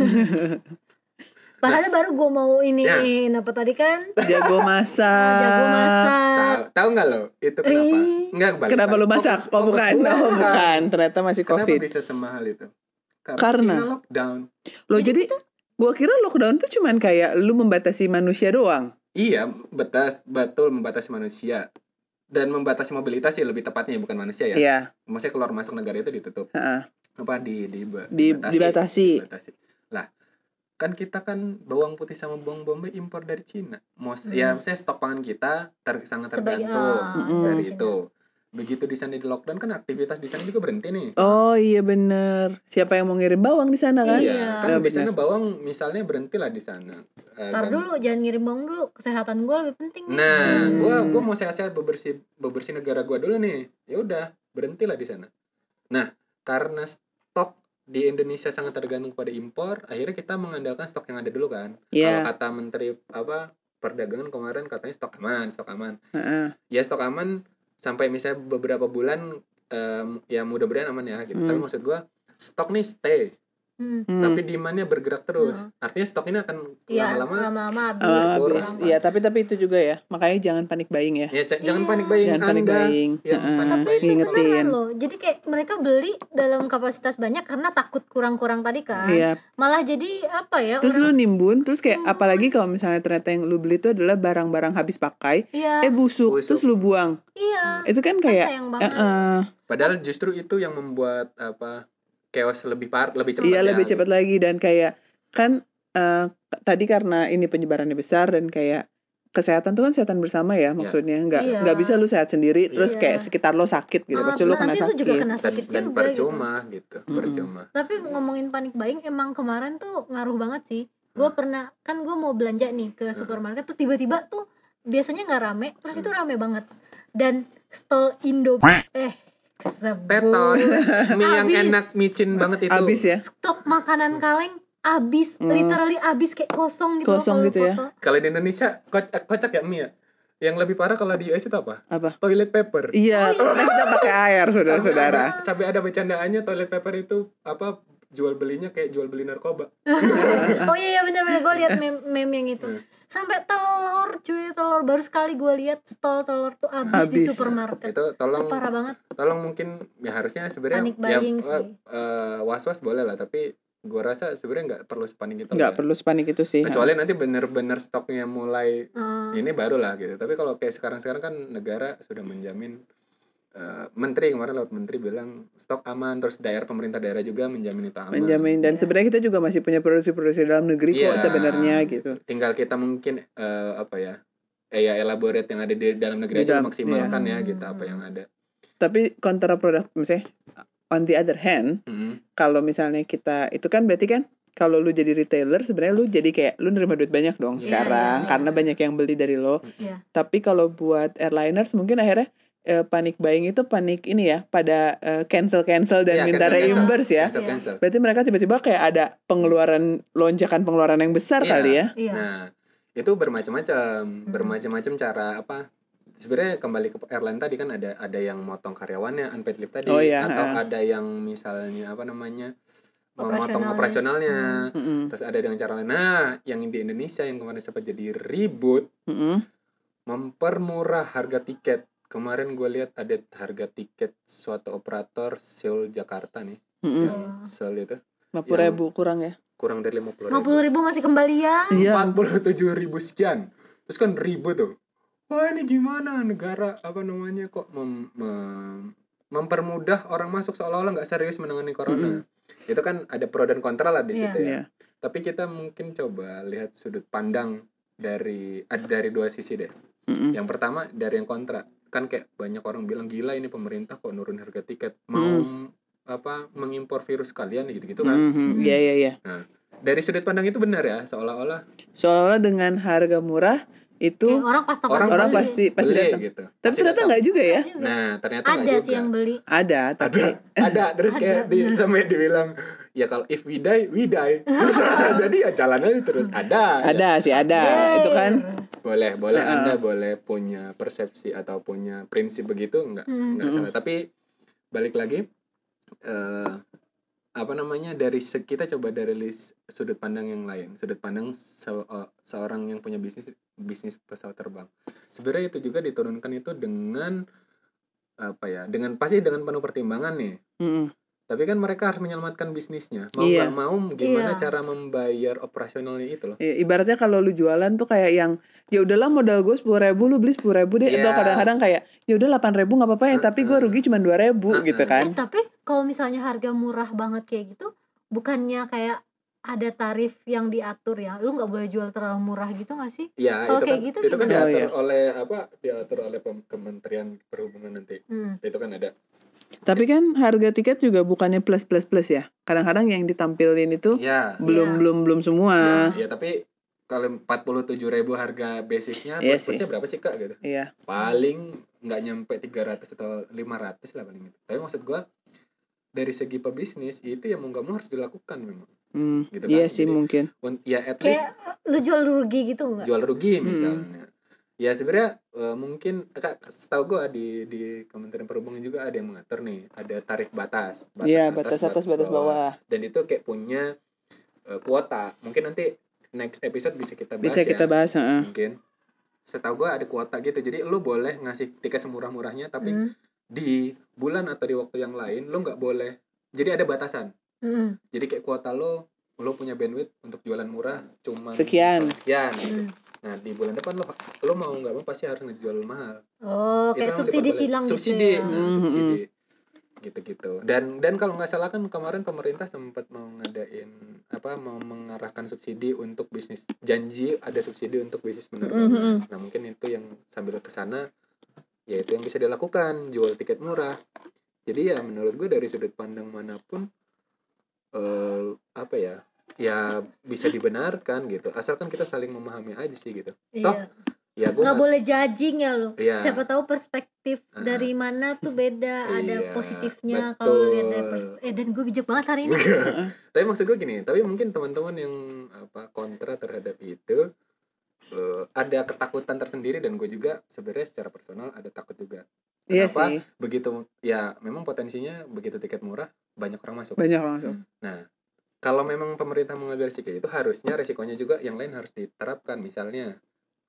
Speaker 1: Padahal baru gue mau ini
Speaker 3: Ya.
Speaker 1: apa tadi kan?
Speaker 2: Jago
Speaker 1: Nah,
Speaker 2: masak.
Speaker 3: Ah,
Speaker 1: jago masak.
Speaker 3: Tahu- Tahu nggak lo? Itu kenapa?
Speaker 1: Ih.
Speaker 3: Enggak balik.
Speaker 2: Kenapa lu masak? oh, bukan. Oh, bukan. Ternyata masih
Speaker 3: Kenapa
Speaker 2: Covid.
Speaker 3: bisa semahal itu?
Speaker 2: Karena-
Speaker 3: Cina lockdown.
Speaker 2: Loh,
Speaker 3: Iya
Speaker 2: jadi
Speaker 3: gitu.
Speaker 2: gua kira lockdown tuh cuman kayak lu membatasi manusia doang.
Speaker 3: Iya, betas betul membatasi manusia dan membatasi mobilitas sih lebih tepatnya bukan manusia ya.
Speaker 2: Iya,
Speaker 3: Maksudnya keluar masuk negara itu ditutup.
Speaker 2: heeh.
Speaker 3: Apa di di
Speaker 2: Di- dibatasi.
Speaker 3: dibatasi. Lah, kan kita kan bawang putih sama bawang bombay impor dari Cina.
Speaker 1: Hmm.
Speaker 3: Most ya maksudnya stok pangan kita ter- sangat
Speaker 1: Sebagai
Speaker 3: tergantung
Speaker 1: ah,
Speaker 2: Mm-mm.
Speaker 3: dari
Speaker 1: Cina.
Speaker 3: itu. Begitu di sana di lockdown kan aktivitas di sana juga berhenti nih.
Speaker 2: Oh iya bener. Siapa yang mau ngirim bawang di sana kan?
Speaker 1: Iya.
Speaker 3: Iya,
Speaker 2: Nah,
Speaker 3: kan di
Speaker 2: benar.
Speaker 3: sana bawang misalnya berhentilah di sana. Eh,
Speaker 1: Tar
Speaker 3: dan-
Speaker 1: dulu jangan ngirim bawang dulu. Kesehatan gue lebih penting. nih.
Speaker 3: Nah,
Speaker 2: Hmm.
Speaker 3: gua gua mau sehat-sehat bebersih bebersih negara gua dulu nih. Ya udah, berhentilah di sana. Nah, karena stok di Indonesia sangat tergantung pada impor, akhirnya kita mengandalkan stok yang ada dulu kan. Kalau
Speaker 2: Iya.
Speaker 3: kata Menteri apa Perdagangan kemarin katanya stok aman, stok aman.
Speaker 2: heeh.
Speaker 3: Ya stok aman sampai misalnya beberapa bulan em, ya mudah-mudahan aman ya gitu.
Speaker 2: Hmm.
Speaker 3: Tapi maksud gua stok nih stay,
Speaker 1: Hmm.
Speaker 2: Hmm.
Speaker 3: tapi demand-nya bergerak terus. Artinya stok ini akan
Speaker 1: Iya,
Speaker 3: lama-lama
Speaker 1: lama-lama habis.
Speaker 2: Ah,
Speaker 3: Kurang,
Speaker 2: habis. Iya, tapi tapi itu juga ya. Makanya jangan panik buying ya.
Speaker 3: Ya, c-
Speaker 1: Iya.
Speaker 3: jangan panik buying
Speaker 2: Jangan panik
Speaker 3: Anda.
Speaker 2: buying.
Speaker 3: yang
Speaker 2: Heeh,
Speaker 3: panik
Speaker 1: Tapi itu
Speaker 2: Ngingetin.
Speaker 1: beneran loh. Jadi kayak mereka beli dalam kapasitas banyak karena takut kurang-kurang tadi kan.
Speaker 2: Iya.
Speaker 1: Malah jadi apa ya?
Speaker 2: Terus
Speaker 1: orang-
Speaker 2: lu nimbun, terus kayak
Speaker 1: Nimbun.
Speaker 2: apalagi kalau misalnya ternyata yang lu beli itu adalah barang-barang habis pakai,
Speaker 1: Iya,
Speaker 2: eh busuk,
Speaker 3: Busuk.
Speaker 2: terus lu buang.
Speaker 1: iya.
Speaker 2: Itu kan
Speaker 1: Kan
Speaker 2: kayak
Speaker 1: sayang
Speaker 2: eh,
Speaker 1: banget.
Speaker 2: eh,
Speaker 3: Padahal justru itu yang membuat apa chaos lebih par lebih cepat.
Speaker 2: iya
Speaker 3: ya.
Speaker 2: lebih cepat lagi dan kayak kan eh, tadi karena ini penyebarannya besar dan kayak kesehatan tuh kan kesehatan bersama ya maksudnya nggak
Speaker 1: Iya.
Speaker 2: nggak bisa lu sehat sendiri
Speaker 1: Iya.
Speaker 2: terus kayak sekitar lo sakit gitu
Speaker 1: Ah,
Speaker 2: pasti lu
Speaker 1: bener,
Speaker 2: kena
Speaker 1: nanti lu
Speaker 2: sakit
Speaker 1: juga kena
Speaker 3: Dan,
Speaker 1: sakit
Speaker 3: dan
Speaker 1: juga gitu.
Speaker 3: percuma gitu,
Speaker 2: Mm-mm.
Speaker 3: percuma.
Speaker 1: tapi
Speaker 2: Iya.
Speaker 1: ngomongin panik buying emang kemarin tuh ngaruh banget sih gue
Speaker 2: Hmm.
Speaker 1: pernah kan gue mau belanja nih ke supermarket tuh tiba-tiba tuh biasanya nggak rame terus
Speaker 2: Hmm.
Speaker 1: itu rame banget dan stall Indo eh
Speaker 3: Teton,
Speaker 1: kesebut
Speaker 3: mie yang
Speaker 1: Abis.
Speaker 3: enak micin banget itu.
Speaker 2: habis ya
Speaker 1: stok makanan kaleng abis
Speaker 2: Hmm.
Speaker 1: literally abis kayak kosong gitu loh
Speaker 2: Kosong
Speaker 1: kalau
Speaker 2: gitu ya.
Speaker 1: foto.
Speaker 3: Kalau di Indonesia ko- kocak ya mie ya. Yang lebih parah kalau di US itu apa?
Speaker 2: apa
Speaker 3: Toilet
Speaker 1: Oh,
Speaker 3: paper.
Speaker 2: iya karena kita pakai air saudara-saudara
Speaker 3: Sampai ada- Sampai ada bercandaannya toilet paper itu apa jual belinya kayak jual beli narkoba.
Speaker 1: oh iya iya benar-benar gue lihat meme, meme yang itu
Speaker 3: Hmm.
Speaker 1: sampai telur cuy telur baru sekali gue lihat stall telur tuh abis, di
Speaker 2: Abis.
Speaker 1: supermarket
Speaker 3: Itu
Speaker 1: itu
Speaker 3: tolong
Speaker 1: parah banget
Speaker 3: tolong mungkin ya harusnya sebenarnya
Speaker 1: Panik
Speaker 3: ya
Speaker 1: buying sih.
Speaker 3: was was boleh lah tapi gua rasa sebenarnya nggak perlu
Speaker 1: Iya.
Speaker 3: sepanik itu. lah
Speaker 2: nggak
Speaker 3: ya.
Speaker 2: perlu sepanik itu sih
Speaker 3: kecuali nanti bener-bener stoknya mulai
Speaker 1: Eh,
Speaker 3: ini barulah gitu tapi kalau kayak sekarang-sekarang kan negara sudah menjamin eh, menteri kemarin laut menteri bilang stok aman terus daerah pemerintah daerah juga menjamin itu aman
Speaker 2: menjamin dan
Speaker 1: Iya.
Speaker 2: sebenarnya kita juga masih punya produksi-produksi dalam negeri kok
Speaker 3: Iya.
Speaker 2: sebenarnya gitu
Speaker 3: tinggal kita mungkin eh, apa ya eh, ya elaborate yang ada di dalam negeri
Speaker 2: Di
Speaker 3: aja
Speaker 2: dalam-
Speaker 3: maksimalkan
Speaker 1: iya.
Speaker 3: ya gitu apa yang ada
Speaker 2: tapi kontraproduk misalnya on the other hand
Speaker 3: Mm.
Speaker 2: kalau misalnya kita itu kan berarti kan kalau lu jadi retailer sebenarnya lu jadi kayak lu nerima duit banyak dong
Speaker 1: Iya,
Speaker 2: sekarang
Speaker 1: iya.
Speaker 2: karena banyak yang beli dari lo.
Speaker 1: Iya.
Speaker 2: Tapi kalau buat airliners mungkin akhirnya eh, panik buying itu panik ini ya pada cancel cancel dan
Speaker 3: Iya,
Speaker 2: minta
Speaker 3: cancel-cancel.
Speaker 2: reimburse ya.
Speaker 3: cancel cancel
Speaker 2: Berarti mereka tiba-tiba kayak ada pengeluaran lonjakan pengeluaran yang besar
Speaker 3: Iya.
Speaker 2: kali ya.
Speaker 1: iya
Speaker 3: Nah, itu bermacam-macam, bermacam-macam cara apa? Sebenarnya kembali ke airline tadi kan ada ada yang motong karyawannya unpaid leave tadi
Speaker 2: Oh, iya,
Speaker 3: atau
Speaker 2: ha.
Speaker 3: ada yang misalnya apa namanya? memotong
Speaker 1: Operasionalnya.
Speaker 3: operasionalnya.
Speaker 2: Mm-mm,
Speaker 3: Terus ada dengan cara lain. Nah, yang di Indonesia yang kemarin sempat jadi ribut
Speaker 2: mm-mm.
Speaker 3: mempermurah harga tiket. Kemarin gue lihat ada harga tiket suatu operator Seoul Jakarta nih.
Speaker 2: Mm-mm.
Speaker 3: Seoul, Seoul itu iya.
Speaker 2: 50.000 kurang ya.
Speaker 3: kurang dari 50
Speaker 1: lima ribu masih kembalian
Speaker 2: Iya.
Speaker 3: empat ribu sekian terus kan ribu tuh wah ini gimana negara apa namanya kok mem- mem- mempermudah orang masuk seolah-olah nggak serius menangani corona itu kan ada pro dan kontra lah di
Speaker 1: Iya.
Speaker 3: situ ya
Speaker 2: Iya.
Speaker 3: tapi kita mungkin coba lihat sudut pandang dari ad- dari dua sisi deh
Speaker 2: Mm-mm.
Speaker 3: yang pertama dari yang kontra kan kayak banyak orang bilang gila ini pemerintah kok nurun harga tiket
Speaker 2: Mm.
Speaker 3: mau apa mengimpor virus kalian gitu-gitu kan
Speaker 2: Mhm, Iya iya iya.
Speaker 3: dari sudut pandang itu benar ya seolah-olah
Speaker 2: Seolah-olah dengan harga murah
Speaker 1: Kayak
Speaker 2: itu
Speaker 1: orang pas top
Speaker 3: orang
Speaker 1: aja
Speaker 2: Eh, orang
Speaker 1: beli.
Speaker 2: pasti pasti
Speaker 3: beli
Speaker 2: datang.
Speaker 3: gitu
Speaker 2: Tapi
Speaker 3: Pasti
Speaker 2: ternyata
Speaker 3: datang.
Speaker 2: nggak juga ya.
Speaker 1: Ada juga.
Speaker 3: Nah, ternyata nggak
Speaker 1: ada
Speaker 3: juga.
Speaker 1: sih yang beli
Speaker 2: Ada tapi
Speaker 3: ada, ada. Terus
Speaker 1: Ada,
Speaker 3: kayak di,
Speaker 1: bener.
Speaker 3: sampai dibilang, ya kalau if we die, we die. Jadi ya jalan aja terus. Ada.
Speaker 2: ada sih
Speaker 3: Ya,
Speaker 2: ada.
Speaker 1: Yeay.
Speaker 2: Itu kan
Speaker 1: iya.
Speaker 3: Boleh, boleh.
Speaker 2: Heeh.
Speaker 3: Anda boleh punya persepsi atau punya prinsip begitu, nggak
Speaker 1: Hmm.
Speaker 3: nggak
Speaker 2: Mm-mm.
Speaker 3: salah. Nah, Tapi balik lagi, eh apa namanya dari se- kita coba dari list sudut pandang yang lain, sudut pandang se- eh, seorang yang punya bisnis bisnis pesawat terbang. Sebenarnya itu juga diturunkan itu dengan apa ya? Dengan pasti dengan penuh pertimbangan nih.
Speaker 2: Mm-mm.
Speaker 3: Tapi kan mereka harus menyelamatkan bisnisnya. Mau
Speaker 2: Iya.
Speaker 3: nggak mau gimana
Speaker 1: Iya.
Speaker 3: cara membayar operasionalnya itu loh.
Speaker 2: Iya, ibaratnya kalau lu jualan tuh kayak yang ya udahlah modal gue sepuluh ribu lu beli sepuluh ribu deh
Speaker 3: Iya.
Speaker 2: atau kadang-kadang kayak ya udah delapan ribu nggak apa-apa ya tapi gue
Speaker 3: Uh-uh.
Speaker 2: rugi cuma dua ribu
Speaker 3: Uh-uh.
Speaker 2: gitu
Speaker 1: Eh,
Speaker 2: kan
Speaker 1: tapi kalau misalnya harga murah banget kayak gitu, bukannya kayak ada tarif yang diatur ya? Lu nggak boleh jual terlalu murah gitu nggak sih?
Speaker 3: Ya,
Speaker 1: Kalau
Speaker 3: itu
Speaker 1: kayak
Speaker 3: kan
Speaker 1: gitu
Speaker 3: itu kan
Speaker 2: gimana? Oh,
Speaker 3: diatur
Speaker 2: iya.
Speaker 3: oleh apa? Diatur oleh pem- Kementerian Perhubungan nanti.
Speaker 1: Hmm.
Speaker 3: Itu kan ada.
Speaker 2: tapi kan harga tiket juga bukannya plus plus plus ya kadang-kadang yang ditampilin itu
Speaker 3: Ya.
Speaker 2: belum
Speaker 1: Iya.
Speaker 2: belum belum semua
Speaker 3: Ya, tapi kalau 47.000 harga basicnya
Speaker 2: Iya
Speaker 3: plus plusnya berapa sih Kak gitu?
Speaker 2: iya
Speaker 3: Paling nggak nyampe 300 atau 500 lah paling itu. Tapi maksud gua dari segi pebisnis itu ya mau nggak mau harus dilakukan memang.
Speaker 2: Hmm,
Speaker 3: Gitu
Speaker 2: iya
Speaker 3: kan,
Speaker 2: sih
Speaker 3: jadi-
Speaker 2: mungkin
Speaker 3: Un- Ya at least
Speaker 1: Kayak eh, lu jual rugi gitu nggak?
Speaker 3: jual rugi
Speaker 2: Mm-mm.
Speaker 3: misalnya ya sebenarnya eh, mungkin kak setahu gue di di Kementerian Perhubungan juga ada yang mengatur nih ada tarif batas batas
Speaker 2: iya batas atas batas bawah
Speaker 3: dan itu kayak punya eh, kuota mungkin nanti next episode bisa kita bahas
Speaker 2: bisa
Speaker 3: ya
Speaker 2: kita bahas heeh.
Speaker 3: mungkin setahu gue ada kuota gitu jadi lu boleh ngasih tiket semurah-murahnya tapi
Speaker 1: Hmm.
Speaker 3: di bulan atau di waktu yang lain lu nggak boleh jadi ada batasan
Speaker 1: Hmm.
Speaker 3: jadi kayak kuota lo lo punya bandwidth untuk jualan murah cuman
Speaker 2: Sekian.
Speaker 3: sekian gitu.
Speaker 1: Hmm.
Speaker 3: Nah di bulan depan lo lo mau nggak mau pasti harus ngejual mahal.
Speaker 1: Oh,
Speaker 3: Itu
Speaker 1: kayak
Speaker 3: yang
Speaker 1: subsidi
Speaker 3: diperboleh-
Speaker 1: silang
Speaker 3: Gitu, subsidi,
Speaker 1: gitu ya.
Speaker 3: nah,
Speaker 2: Mhm.
Speaker 3: subsidi gitu-gitu. Dan dan kalau nggak salah kan kemarin pemerintah sempat mau ngadain apa mau mengarahkan subsidi untuk bisnis janji ada subsidi untuk bisnis
Speaker 1: Hmm,
Speaker 3: penerbangan. Nah mungkin itu yang sambil ke sana yaitu yang bisa dilakukan jual tiket murah. Jadi ya menurut gue dari sudut pandang manapun eh apa ya ya bisa dibenarkan gitu asalkan kita saling memahami aja sih gitu Toh,
Speaker 1: Iya.
Speaker 3: ya gue
Speaker 1: Nggak boleh judging ya lu.
Speaker 3: Iya.
Speaker 1: Siapa tahu perspektif
Speaker 3: Ah.
Speaker 1: dari mana tuh beda, ada
Speaker 3: Iya,
Speaker 1: positifnya kalau lu lihat dari pers- eh dan gue bijak banget hari ini.
Speaker 3: tapi maksud gue gini tapi mungkin teman-teman yang apa kontra terhadap itu eh, ada ketakutan tersendiri dan gue juga sebenarnya secara personal ada takut juga
Speaker 2: iya
Speaker 3: Kenapa?
Speaker 2: sih
Speaker 3: begitu ya memang potensinya begitu tiket murah banyak orang masuk
Speaker 2: banyak langsung
Speaker 3: kalau memang pemerintah mengambil risiko itu harusnya resikonya juga yang lain harus diterapkan misalnya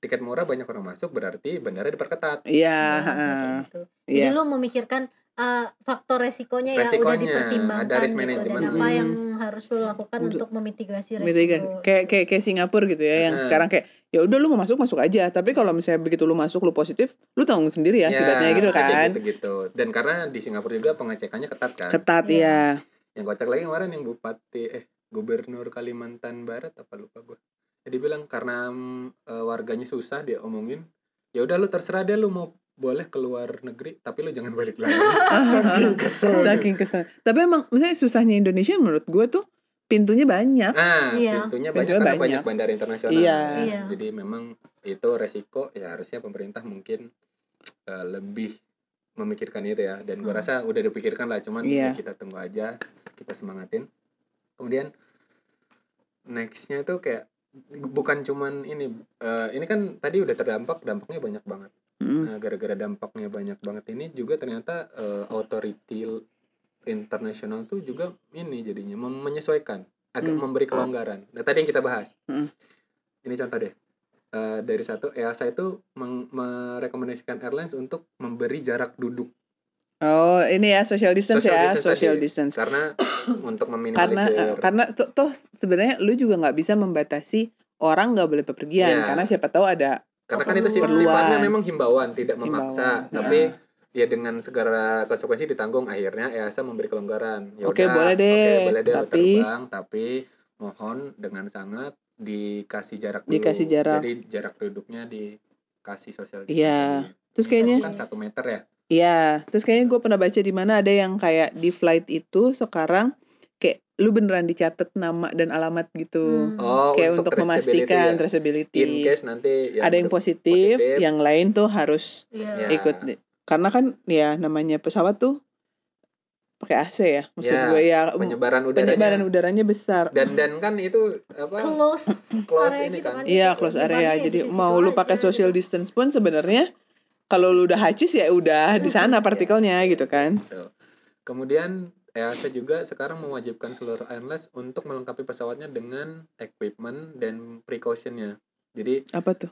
Speaker 3: tiket murah banyak orang masuk berarti bandara diperketat
Speaker 2: iya
Speaker 1: Nah,
Speaker 2: heeh.
Speaker 1: kayak gitu. Jadi
Speaker 2: iya
Speaker 1: lu memikirkan eh, faktor resikonya, ya udah
Speaker 3: Resikonya,
Speaker 1: dipertimbangkan
Speaker 3: ada risk
Speaker 1: gitu dan
Speaker 3: management.
Speaker 1: apa
Speaker 2: Hmm.
Speaker 1: yang harus lu lakukan
Speaker 2: Untuk-
Speaker 1: untuk memitigasi risiko.
Speaker 2: Mitigasi. Gitu ya, Kayak kayak kayak Singapura gitu ya yang
Speaker 3: Heeh.
Speaker 2: sekarang kayak ya udah lu mau masuk masuk aja tapi kalau misalnya begitu lu masuk lu positif lu tanggung sendiri ya akibatnya gitu
Speaker 3: Iya, maksudnya kayak
Speaker 2: kan
Speaker 3: gitu-gitu. dan karena di Singapura juga pengecekannya ketat kan
Speaker 2: ketat
Speaker 1: Iya.
Speaker 2: ya
Speaker 3: yang kocak lagi kemarin yang bupati eh gubernur Kalimantan Barat apa lupa gue jadi bilang karena mm, eh, warganya susah dia omongin ya udah lu terserah deh lu mau boleh keluar negeri tapi lu jangan balik lagi saking kesel
Speaker 2: iya. saking kesel tapi emang misalnya susahnya Indonesia menurut gue tuh pintunya banyak
Speaker 3: nah
Speaker 1: Iya.
Speaker 2: Pintunya
Speaker 3: pintunya banyak karena
Speaker 2: banyak.
Speaker 3: banyak bandara internasional
Speaker 2: Iya.
Speaker 1: Iya.
Speaker 3: jadi memang itu resiko ya harusnya pemerintah mungkin eh, lebih memikirkan itu ya dan gue
Speaker 1: Hmm.
Speaker 3: rasa udah dipikirkan lah cuman
Speaker 2: Iya.
Speaker 3: ya kita tunggu aja kita semangatin kemudian nextnya itu kayak bukan cuman ini eh, ini kan tadi udah terdampak dampaknya banyak banget
Speaker 2: Mm.
Speaker 3: Nah, gara-gara dampaknya banyak banget ini juga ternyata eh, authority internasional tuh juga ini jadinya mem- menyesuaikan, agak
Speaker 2: Hmm.
Speaker 3: memberi kelonggaran. Nah, tadi yang kita bahas.
Speaker 2: Hmm.
Speaker 3: Ini contoh deh. Eh, dari satu EASA itu meng- merekomendasikan airlines untuk memberi jarak duduk
Speaker 2: Oh, ini ya social distance
Speaker 3: Social
Speaker 2: ya,
Speaker 3: distance
Speaker 2: social
Speaker 3: tadi.
Speaker 2: distance.
Speaker 3: karena untuk
Speaker 2: Karena eh,
Speaker 3: meminimalisir
Speaker 2: karena to- toh sebenarnya lu juga nggak bisa membatasi orang nggak boleh bepergian
Speaker 3: Iya.
Speaker 2: karena siapa tahu ada
Speaker 3: karena kan itu sif-
Speaker 1: Keperluan.
Speaker 3: sifatnya memang himbauan, tidak memaksa,
Speaker 2: Himbauan.
Speaker 3: tapi ya dengan segala konsekuensi ditanggung akhirnya EASA memberi kelonggaran. Ya
Speaker 2: Oke,
Speaker 3: udah,
Speaker 2: boleh deh,
Speaker 3: oke, boleh deh lu
Speaker 2: tapi-
Speaker 3: terbang, tapi mohon dengan sangat dikasih jarak dulu.
Speaker 2: Dikasih jarak.
Speaker 3: Jadi jarak duduknya dikasih social
Speaker 2: Iya.
Speaker 3: tadi.
Speaker 2: terus
Speaker 3: Ini
Speaker 2: kayaknya
Speaker 3: kan satu meter ya.
Speaker 2: Iya, terus kayaknya gue pernah baca di mana ada yang kayak di flight itu sekarang kayak lu beneran dicatat nama dan alamat gitu.
Speaker 1: Hmm.
Speaker 3: Oh,
Speaker 2: kayak
Speaker 3: untuk,
Speaker 2: untuk,
Speaker 3: traceability
Speaker 2: memastikan
Speaker 3: ya.
Speaker 2: traceability.
Speaker 3: In case nanti
Speaker 2: ada yang
Speaker 3: ber-
Speaker 2: positif,
Speaker 3: positif.
Speaker 2: yang lain tuh harus
Speaker 1: Iya.
Speaker 3: Ya.
Speaker 2: ikut di- karena kan ya namanya pesawat tuh pakai AC ya. Maksud
Speaker 3: Ya,
Speaker 2: gue ya penyebaran,
Speaker 3: penyebaran udaranya
Speaker 2: udaranya besar.
Speaker 3: dan dan kan itu apa?
Speaker 1: Close,
Speaker 3: Close
Speaker 1: area
Speaker 3: ini
Speaker 1: gitu
Speaker 3: kan.
Speaker 1: kan.
Speaker 2: Iya,
Speaker 1: Jadi
Speaker 2: close
Speaker 1: nyebarnya
Speaker 2: area.
Speaker 1: ya di
Speaker 2: Jadi
Speaker 1: situ-situ
Speaker 2: mau lu
Speaker 1: aja
Speaker 2: pakai
Speaker 1: gitu.
Speaker 2: social distance pun sebenarnya kalau lu udah hacis ya udah di sana
Speaker 3: Iya.
Speaker 2: partikelnya gitu kan.
Speaker 3: Gitu. Kemudian E EASA juga sekarang mewajibkan seluruh airlines untuk melengkapi pesawatnya dengan equipment dan precautionnya. Jadi
Speaker 2: Apa tuh?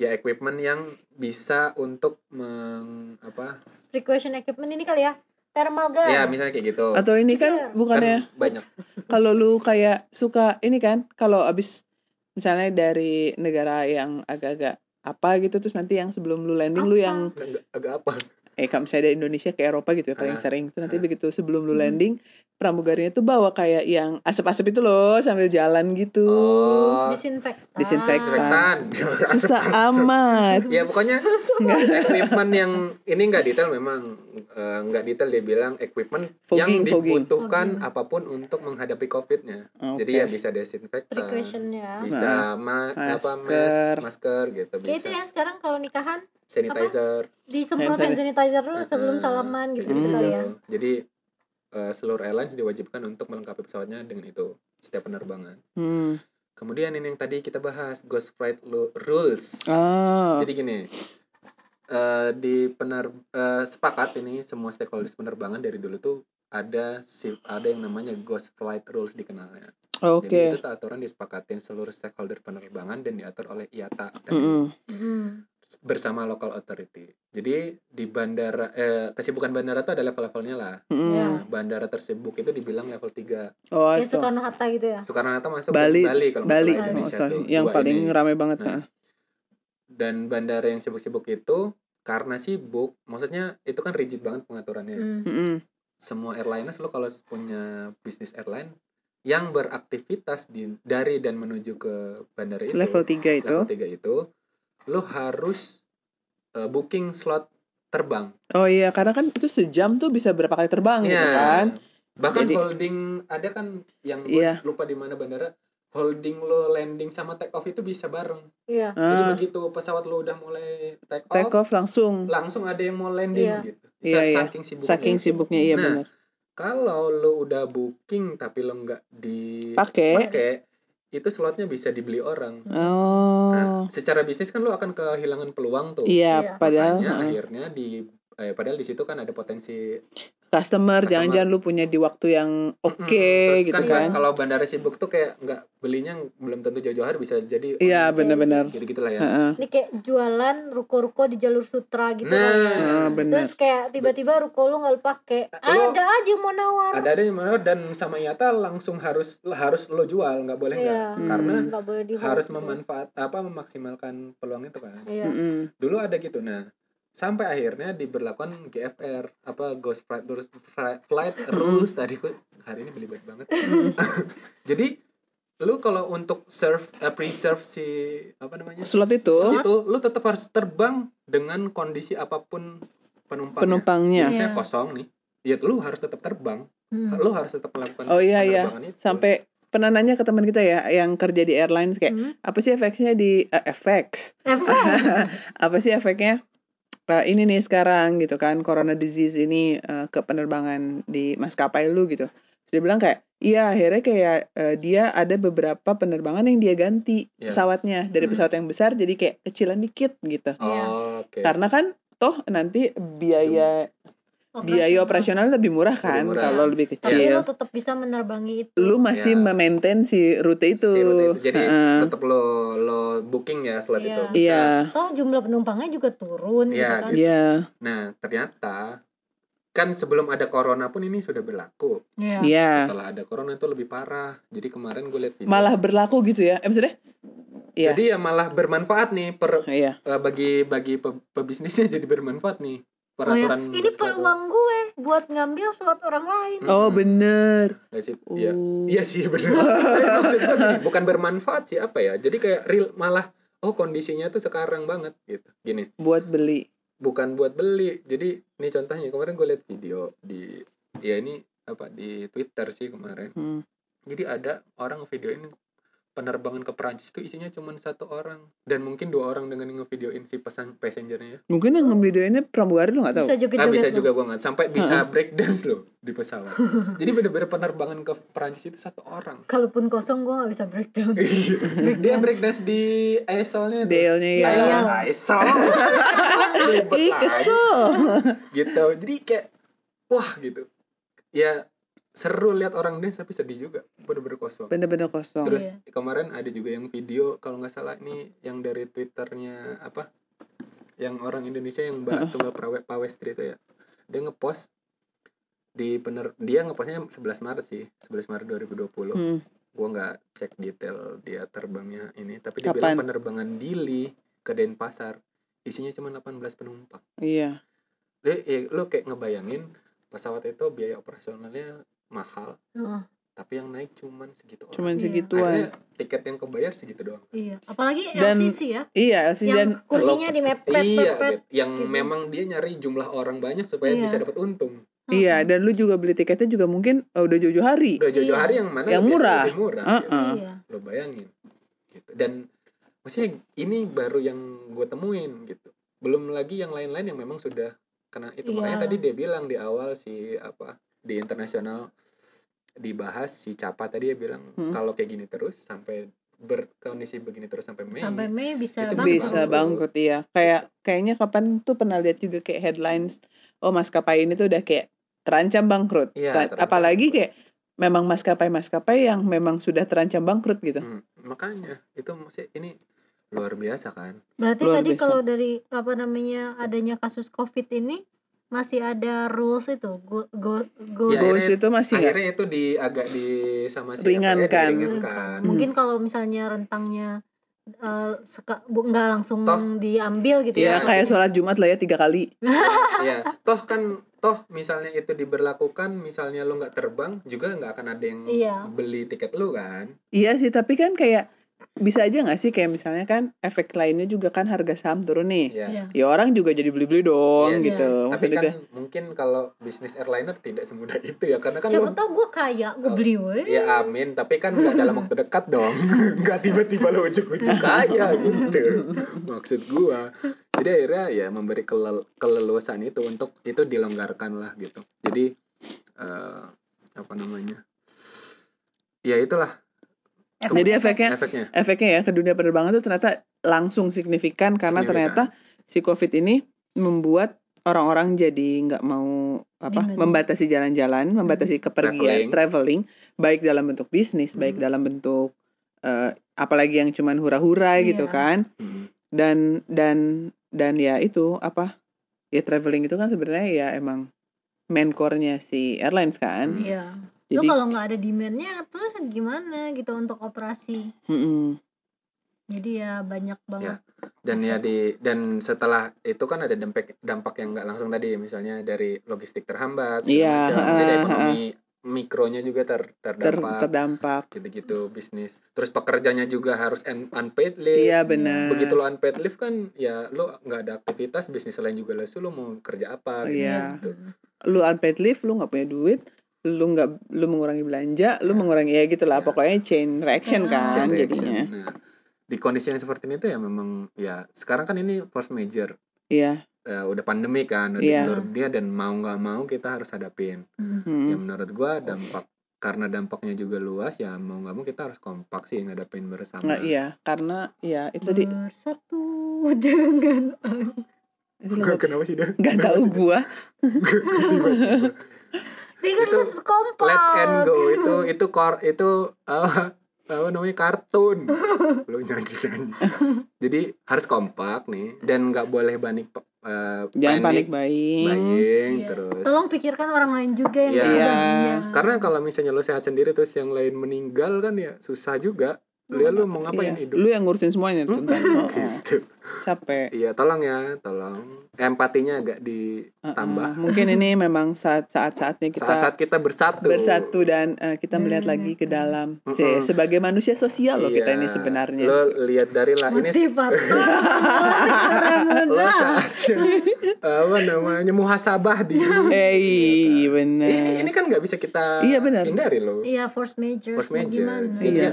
Speaker 3: ya equipment yang bisa untuk meng apa?
Speaker 1: Precaution equipment ini kali ya. Thermal gun.
Speaker 2: Iya,
Speaker 3: Ya misalnya kayak gitu.
Speaker 2: Atau ini
Speaker 1: Clear.
Speaker 2: kan bukannya
Speaker 3: Kan banyak.
Speaker 2: kalau lu kayak suka ini kan kalau abis misalnya dari negara yang agak-agak apa gitu terus nanti yang sebelum lu landing lu
Speaker 1: Apa?
Speaker 2: yang
Speaker 3: Agak, agak apa?
Speaker 2: eh kalau misalnya dari Indonesia ke Eropa gitu ya paling
Speaker 3: Ah,
Speaker 2: sering terus nanti
Speaker 3: ah.
Speaker 2: begitu sebelum lu
Speaker 1: Hmm.
Speaker 2: landing pramugarinya tuh bawa kayak yang asap-asap itu loh sambil jalan gitu
Speaker 3: Oh,
Speaker 1: Disinfektan.
Speaker 2: Disinfektan. Iya.
Speaker 3: disinfektan.
Speaker 2: susah amat
Speaker 3: ya pokoknya equipment yang ini nggak detail memang eh, nggak detail dia bilang equipment yang
Speaker 2: Fogging, fogging.
Speaker 3: dibutuhkan
Speaker 1: Fogging.
Speaker 3: apapun untuk menghadapi COVID-nya.
Speaker 2: Oke.
Speaker 3: Jadi ya bisa desinfektan.
Speaker 1: Precaution ya.
Speaker 2: Iya,
Speaker 3: bisa ma
Speaker 2: Masker.
Speaker 3: apa mes masker gitu
Speaker 1: Kayak itu
Speaker 3: bisa
Speaker 1: ya sekarang kalau nikahan
Speaker 3: sanitizer
Speaker 1: disemprot hand
Speaker 2: Hand
Speaker 1: sanitizer dulu sebelum
Speaker 3: Eh,
Speaker 1: salaman gitu
Speaker 3: kayak
Speaker 1: gitu
Speaker 2: Hmm.
Speaker 1: kali ya.
Speaker 3: jadi eh, seluruh airlines diwajibkan untuk melengkapi pesawatnya dengan itu setiap penerbangan
Speaker 2: hmm.
Speaker 3: kemudian ini yang tadi kita bahas ghost flight lu- rules
Speaker 2: oh
Speaker 3: jadi gini eh, di pener eh, sepakat ini semua stakeholders penerbangan dari dulu tuh ada si- ada yang namanya ghost flight rules dikenalnya
Speaker 2: oke
Speaker 3: jadi itu tuh aturan disepakatin seluruh stakeholder penerbangan dan diatur oleh IATA tadi.
Speaker 2: Mm-mm.
Speaker 1: Hmm.
Speaker 3: bersama local authority. Jadi di bandara eh, kesibukan bandara itu ada level-levelnya lah.
Speaker 2: Mm-mm.
Speaker 1: Ya.
Speaker 3: Nah, bandara tersibuk itu dibilang level 3.
Speaker 2: oh
Speaker 1: Kayak
Speaker 2: itu
Speaker 1: Soekarno Hatta gitu ya.
Speaker 3: Soekarno Hatta masuk
Speaker 2: Bali
Speaker 3: ke Bali kalau nggak
Speaker 2: Bali
Speaker 3: salah Indonesia
Speaker 2: oh, sorry.
Speaker 3: tuh.
Speaker 2: yang
Speaker 3: Dua
Speaker 2: paling
Speaker 3: ini.
Speaker 2: rame banget
Speaker 3: Nah, Dan bandara yang sibuk-sibuk itu karena sibuk, maksudnya itu kan rigid
Speaker 2: Iya.
Speaker 3: banget pengaturannya.
Speaker 1: Hmm.
Speaker 2: Mm-mm.
Speaker 3: Semua airlines lo kalau punya bisnis airline yang beraktivitas di dari dan menuju ke bandara itu
Speaker 2: level 3 itu
Speaker 3: level 3 itu lo harus eh, booking slot terbang
Speaker 2: Oh iya, karena kan itu sejam tuh bisa berapa kali terbang gitu
Speaker 3: Iya.
Speaker 2: kan?
Speaker 3: Bahkan
Speaker 2: Jadi-
Speaker 3: holding ada kan yang gua
Speaker 2: Iya.
Speaker 3: lupa di mana bandara holding lo landing sama take off itu bisa bareng.
Speaker 1: Iya.
Speaker 3: Jadi
Speaker 2: Ah,
Speaker 3: begitu pesawat lo udah mulai take off,
Speaker 2: take off langsung.
Speaker 3: langsung ada yang mau landing
Speaker 1: Iya.
Speaker 3: gitu.
Speaker 2: Iya, iya.
Speaker 3: Saking sibuknya.
Speaker 2: Saking sibuknya iya
Speaker 3: Nah,
Speaker 2: benar.
Speaker 3: Kalau lo udah booking tapi lo nggak dipakai,
Speaker 2: Pakai.
Speaker 3: itu slotnya bisa dibeli orang. Nah,
Speaker 2: Oh.
Speaker 3: secara bisnis kan lo akan kehilangan peluang tuh.
Speaker 2: Iya,
Speaker 1: Iya.
Speaker 2: padahal
Speaker 3: Makanya
Speaker 2: heeh.
Speaker 3: akhirnya di eh, padahal di situ kan ada potensi
Speaker 2: customer
Speaker 3: customer.
Speaker 2: jangan-jangan lu punya di waktu yang oke
Speaker 3: Mm-mm. Terus
Speaker 2: gitu
Speaker 3: kan,
Speaker 2: kan.
Speaker 1: kayak-
Speaker 3: kalau bandara sibuk tuh kayak nggak belinya belum tentu jauh-jauh hari bisa jadi
Speaker 2: Iya,
Speaker 3: online.
Speaker 2: benar-benar.
Speaker 3: gitu gitulah ya
Speaker 2: Heeh.
Speaker 1: Ini kayak jualan ruko-ruko di jalur sutra gitu
Speaker 3: Nah.
Speaker 1: kali ya.
Speaker 2: Heeh, benar.
Speaker 1: Terus kayak tiba-tiba ruko lu nggak lu pakai.
Speaker 3: Lu-
Speaker 1: Ada aja yang mau nawar.
Speaker 3: ada ada yang mana dan sama nyata langsung harus harus lo jual nggak boleh nggak
Speaker 1: Iya.
Speaker 2: Hmm.
Speaker 3: karena
Speaker 1: Nggak boleh di hold
Speaker 3: harus
Speaker 1: gitu.
Speaker 3: memanfaat apa memaksimalkan peluang itu kan
Speaker 1: Iya.
Speaker 2: Mm-mm.
Speaker 3: dulu ada gitu nah sampai akhirnya diberlakukan GFR apa Ghost Flight Rules, Flight Rules tadi ku- hari ini belibet banget jadi lu kalau untuk serve eh, preserve si apa namanya
Speaker 2: Slot itu
Speaker 3: itu lu tetap harus terbang dengan kondisi apapun penumpangnya.
Speaker 2: penumpangnya.
Speaker 3: Misalnya
Speaker 1: Iya.
Speaker 3: kosong nih, ya lu harus tetap terbang,
Speaker 1: Hmm.
Speaker 3: lu harus tetap melakukan
Speaker 2: Oh, iya, iya.
Speaker 3: penerbangan itu.
Speaker 2: Sampai pernah nanya ke teman kita ya yang kerja di
Speaker 1: Mm.
Speaker 2: airlines kayak
Speaker 1: Hmm.
Speaker 2: apa sih efeknya di eh, efek
Speaker 1: Efek.
Speaker 2: apa sih efeknya Pak ini nih sekarang gitu kan corona disease ini eh, ke penerbangan di maskapai lu gitu. Terus dia bilang kayak iya akhirnya kayak eh, dia ada beberapa penerbangan yang dia ganti
Speaker 3: Iya.
Speaker 2: pesawatnya dari
Speaker 3: Hmm.
Speaker 2: pesawat yang besar jadi kayak kecilan dikit gitu.
Speaker 1: Iya.
Speaker 3: Oh, oke.
Speaker 2: Karena kan toh nanti biaya biaya operasional lebih murah kan
Speaker 3: Lebih murah.
Speaker 2: kalau lebih
Speaker 1: tapi
Speaker 2: kecil.
Speaker 1: lo tetap bisa menerbangi itu
Speaker 2: Lu masih
Speaker 3: Iya.
Speaker 2: memaintain si rute itu.
Speaker 3: Si rute itu. Jadi
Speaker 2: Heeh.
Speaker 3: tetap lo lo booking ya slot
Speaker 1: Iya.
Speaker 3: itu. Bisa.
Speaker 2: Iya,
Speaker 1: toh jumlah penumpangnya juga turun
Speaker 3: Iya,
Speaker 1: gitu kan
Speaker 2: iya.
Speaker 3: Nah, ternyata kan sebelum ada corona pun ini sudah berlaku.
Speaker 1: Iya.
Speaker 2: Iya.
Speaker 3: Setelah ada corona itu lebih parah. Jadi kemarin gue lihat video.
Speaker 2: Malah berlaku gitu ya. Eh, maksudnya? Iya.
Speaker 3: Jadi ya malah bermanfaat nih per
Speaker 2: Iya.
Speaker 3: eh, bagi bagi pe- pebisnisnya jadi bermanfaat nih
Speaker 1: Oh ya,
Speaker 3: peraturan.
Speaker 1: ini
Speaker 3: berskala-
Speaker 1: peluang gue buat ngambil slot orang lain.
Speaker 3: Mm-mm.
Speaker 2: Oh, bener.
Speaker 3: Hmm, Nggak sih?
Speaker 2: Oh.
Speaker 3: Iya. Iya sih benar. Maksud gua gini, bukan bermanfaat sih apa ya? Jadi kayak real malah oh kondisinya tuh sekarang banget gitu. Gini,
Speaker 2: Buat beli.
Speaker 3: bukan buat beli. Jadi ini contohnya kemarin gue lihat video di ya ini apa di Twitter sih kemarin.
Speaker 2: Hmm.
Speaker 3: Jadi ada orang ngevideoin penerbangan ke Perancis itu isinya cuma satu orang dan mungkin dua orang dengan yang ngevideoin si pesan passengernya. ya.
Speaker 2: Mungkin yang ngevideoinnya pramugari lu nggak tahu.
Speaker 1: Bisa joget
Speaker 3: Ah,
Speaker 1: joget
Speaker 3: bisa juga gua nggak sampai bisa breakdance loh di pesawat. Jadi bener-bener penerbangan ke Perancis itu satu orang.
Speaker 1: Kalaupun kosong gue gak bisa breakdown. breakdown.
Speaker 3: Dia breakdance di Eselnya tuh.
Speaker 2: Dealnya ya.
Speaker 1: Iya.
Speaker 3: Ayolah, Esel. Ribet
Speaker 2: Ih,
Speaker 3: lagi.
Speaker 2: kesel.
Speaker 3: Gitu. Jadi kayak wah gitu. Ya seru lihat orang dance tapi sedih juga. Bener-bener kosong.
Speaker 2: Bener-bener kosong.
Speaker 3: Terus kemarin ada juga yang video kalau nggak salah ini yang dari twitternya apa? Yang orang Indonesia yang mbak tunggal prawe pawestri itu ya. Dia ngepost di pener dia ngepostnya 11 Maret sih 11 Maret 2020
Speaker 2: Hmm.
Speaker 3: gue nggak cek detail dia terbangnya ini tapi dia bilang
Speaker 2: Kapan?
Speaker 3: penerbangan Dili ke Denpasar isinya cuma 18 penumpang
Speaker 2: Iya.
Speaker 3: lu, ya, lu kayak ngebayangin pesawat itu biaya operasionalnya mahal
Speaker 1: Heeh,
Speaker 3: tapi yang naik cuman segitu orang
Speaker 2: Cuman
Speaker 1: Iya.
Speaker 2: segituan.
Speaker 3: akhirnya tiket yang kebayar segitu doang
Speaker 1: iya. Apalagi
Speaker 2: Dan-
Speaker 1: LCC ya,
Speaker 2: Iya, sih dan
Speaker 1: yang kursinya di mepet
Speaker 3: iya
Speaker 1: mepet.
Speaker 3: Beb. yang
Speaker 1: gitu.
Speaker 3: memang dia nyari jumlah orang banyak supaya
Speaker 1: Iya.
Speaker 3: bisa dapat untung
Speaker 1: Hmm.
Speaker 2: iya dan lu juga beli tiketnya juga mungkin eh, udah jauh-jauh hari.
Speaker 3: udah jauh
Speaker 1: Iya.
Speaker 3: hari yang
Speaker 2: Yang
Speaker 3: mana biasanya
Speaker 2: murah.
Speaker 3: lebih murah gitu.
Speaker 2: Heeh.
Speaker 1: Iya.
Speaker 3: lo bayangin gitu dan maksudnya ini baru yang gue temuin gitu belum lagi yang lain-lain yang memang sudah kena itu
Speaker 1: Iya.
Speaker 3: makanya tadi dia bilang di awal si apa di internasional dibahas si capa tadi dia bilang
Speaker 2: Hmm.
Speaker 3: kalau kayak gini terus sampai berkondisi begini terus sampai Mei
Speaker 1: Sampai Mei bisa
Speaker 3: Itu
Speaker 1: bangkrut.
Speaker 2: bisa bangkrut ya. Kayak kayaknya kapan tuh pernah lihat juga kayak headlines oh maskapai ini tuh udah kayak terancam bangkrut.
Speaker 3: Iya,
Speaker 2: Teran-
Speaker 3: terancam
Speaker 2: Apalagi
Speaker 3: bangkrut.
Speaker 2: kayak memang maskapai-maskapai yang memang sudah terancam bangkrut gitu.
Speaker 3: Hmm, makanya itu maksudnya ini luar biasa kan
Speaker 1: Berarti
Speaker 2: Luar
Speaker 1: tadi
Speaker 2: biasa.
Speaker 1: kalau dari apa namanya adanya kasus COVID ini masih ada rules itu go go, go
Speaker 3: Ya,
Speaker 2: Goes
Speaker 3: akhirnya-
Speaker 2: itu masih nggak?
Speaker 3: akhirnya itu di agak di sama si ya,
Speaker 2: Ringankan.
Speaker 3: ringankan
Speaker 1: Mungkin kalau misalnya rentangnya eh, seka- bu- nggak langsung
Speaker 3: Toh.
Speaker 1: diambil gitu
Speaker 2: Ya,
Speaker 1: ya.
Speaker 3: Iya,
Speaker 2: kayak sholat Jumat lah ya tiga kali.
Speaker 3: ya toh kan toh misalnya itu diberlakukan misalnya lo nggak terbang juga nggak akan ada yang
Speaker 1: Iya.
Speaker 3: beli tiket lo kan
Speaker 2: Iya sih, tapi kan kayak bisa aja nggak sih kayak misalnya kan efek lainnya juga kan harga saham turun nih.
Speaker 3: ya
Speaker 1: Iya.
Speaker 2: Ya orang juga jadi beli-beli dong
Speaker 3: Iya sih.
Speaker 2: gitu.
Speaker 3: tapi
Speaker 2: Maksudnya
Speaker 3: kan mungkin kalau bisnis airliner tidak semudah itu ya karena kan
Speaker 1: Siapa
Speaker 3: lo
Speaker 1: tau gue kaya, gue
Speaker 3: Oh,
Speaker 1: beli weh.
Speaker 3: ya amin tapi kan nggak dalam waktu dekat dong nggak tiba-tiba lo ujuk-ujuk kaya gitu maksud gua jadi akhirnya ya memberi kelel- keleluasan itu untuk itu dilonggarkan lah gitu jadi eh, apa namanya ya itulah
Speaker 2: udah- jadi efeknya
Speaker 3: efeknya
Speaker 2: efeknya ya ke dunia penerbangan itu ternyata langsung signifikan karena
Speaker 3: Signifikan.
Speaker 2: ternyata si covid ini membuat orang-orang jadi nggak mau apa
Speaker 1: Gimana?
Speaker 2: membatasi jalan-jalan, membatasi kepergian, traveling.
Speaker 3: Hmm. Traveling.
Speaker 2: baik dalam bentuk bisnis, baik
Speaker 3: Hmm.
Speaker 2: dalam bentuk eh, apalagi yang cuman hura-hura gitu
Speaker 1: Iya.
Speaker 2: kan.
Speaker 3: Hmm.
Speaker 2: dan dan dan ya itu apa ya traveling itu kan sebenarnya ya emang main core-nya si airlines kan
Speaker 1: Iya. Lu
Speaker 2: jadi
Speaker 1: kalau nggak ada demandnya terus gimana gitu untuk operasi.
Speaker 2: mm-mm.
Speaker 1: Jadi ya banyak banget.
Speaker 3: dan ya di dan setelah itu kan ada dampak dampak yang nggak langsung tadi misalnya dari logistik terhambat segala
Speaker 2: Iya,
Speaker 3: macam jadi
Speaker 2: ha-ha,
Speaker 3: ekonomi mikronya juga ter
Speaker 2: Ter-
Speaker 3: terdampak
Speaker 2: terdampak
Speaker 3: gitu-gitu bisnis terus pekerjanya juga harus un- unpaid leave
Speaker 2: iya benar
Speaker 3: Hmm, begitu lo unpaid leave kan ya lo nggak ada aktivitas bisnis lain juga lesu lo mau kerja apa gitu.
Speaker 2: Iya.
Speaker 1: Iya.
Speaker 2: lu unpaid leave lu nggak punya duit lu nggak lu mengurangi belanja lu
Speaker 3: Ya.
Speaker 2: mengurangi ya gitulah
Speaker 3: Ya.
Speaker 2: pokoknya chain
Speaker 1: Ya.
Speaker 2: reaction kan
Speaker 3: Chain reaction.
Speaker 2: jadinya
Speaker 3: Nah, di kondisi yang seperti ini tuh ya memang ya sekarang kan ini force major
Speaker 2: iya
Speaker 3: eh, udah pandemi kan udah di
Speaker 2: Iya.
Speaker 3: seluruh dunia dan mau nggak mau kita harus hadapin
Speaker 2: Hmm.
Speaker 3: ya menurut gua dampak karena dampaknya juga luas ya mau nggak mau kita harus kompak sih ngadapin bersama
Speaker 2: Nggak, iya, karena ya itu di
Speaker 1: bersatu dengan ang- Hmm.
Speaker 2: itu lagu apa sih?
Speaker 3: kenapa sih dah
Speaker 2: nggak tahu gua.
Speaker 3: Tiba-tiba.
Speaker 1: Dia kan
Speaker 3: Itu
Speaker 1: harus kompak.
Speaker 3: Let's and go itu itu kor itu eh, apa namanya kartun lu nyanyi nyanyi jadi harus kompak nih dan nggak boleh panik eh,
Speaker 2: Jangan panik baik.
Speaker 3: baying
Speaker 1: Iya.
Speaker 3: terus
Speaker 1: Tolong pikirkan orang lain juga yang
Speaker 3: Iya.
Speaker 1: kayak
Speaker 2: Iya.
Speaker 1: dia.
Speaker 3: karena kalau misalnya lu sehat sendiri terus yang lain meninggal kan ya susah juga lu ya, lu mau ngapain
Speaker 2: Iya.
Speaker 3: hidup
Speaker 2: Lu yang ngurusin semuanya tuh kan. Oh, oh.
Speaker 3: gitu
Speaker 2: Capek.
Speaker 3: iya tolong ya tolong empatinya agak
Speaker 2: Uh-uh.
Speaker 3: ditambah
Speaker 2: Mungkin ini memang saat saat saatnya kita
Speaker 3: saat-saat kita bersatu
Speaker 2: bersatu dan eh, kita melihat lagi ke dalam. C,
Speaker 3: Mm-mm.
Speaker 2: sebagai manusia sosial loh kita
Speaker 3: Iya.
Speaker 2: ini sebenarnya.
Speaker 3: lo lihat dari lah ini
Speaker 1: Motivator.
Speaker 3: lo
Speaker 1: Nah.
Speaker 3: saatnya apa namanya muhasabah di
Speaker 2: Eh, iya, benar.
Speaker 3: ini, ini kan nggak bisa kita
Speaker 2: Iya, benar.
Speaker 3: hindari loh
Speaker 1: Iya, force major.
Speaker 3: force
Speaker 1: mau
Speaker 3: major
Speaker 1: Gimana?
Speaker 3: Jadi
Speaker 2: Iya.
Speaker 3: ya,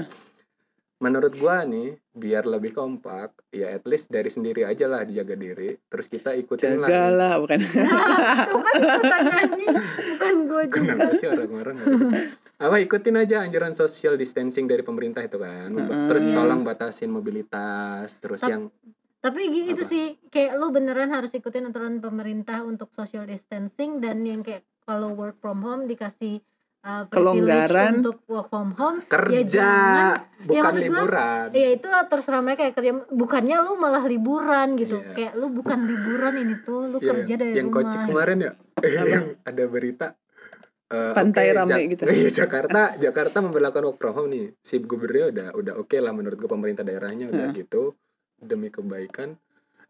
Speaker 3: menurut gua nih biar lebih kompak ya at least dari sendiri aja lah dijaga diri terus kita ikutin lah
Speaker 2: Jagalah bukan.
Speaker 1: Bukan kan pertanyaannya, bukan gue juga.
Speaker 3: kenapa sih orang-orang apa ikutin aja anjuran social distancing dari pemerintah itu kan
Speaker 2: Mm-mm.
Speaker 3: terus
Speaker 1: Iya.
Speaker 3: tolong batasin mobilitas terus
Speaker 1: Tapi-
Speaker 3: yang
Speaker 1: Tapi gitu
Speaker 3: Apa?
Speaker 1: sih, kayak lu beneran harus ikutin aturan pemerintah untuk social distancing dan yang kayak kalau work from home dikasih uh, privilege
Speaker 2: Kelonggaran.
Speaker 1: untuk work from home. ya
Speaker 3: kerja
Speaker 1: jangan. Ya,
Speaker 3: bukan
Speaker 1: maksud gua,
Speaker 3: liburan
Speaker 1: Ya itu terserah mereka ya kerja bukannya lu malah liburan gitu.
Speaker 3: Iya.
Speaker 1: Kayak lu bukan liburan ini tuh, lu
Speaker 3: Iya,
Speaker 1: kerja dari
Speaker 3: yang
Speaker 1: rumah.
Speaker 3: kocak kemarin ya yang ada berita eh,
Speaker 2: Pantai
Speaker 3: oke,
Speaker 2: rame
Speaker 3: Jak-
Speaker 2: gitu.
Speaker 3: iya, Jakarta Jakarta memperlakukan work from home nih si gubernurnya udah udah oke lah menurut gue pemerintah daerahnya
Speaker 2: Hmm.
Speaker 3: udah gitu demi kebaikan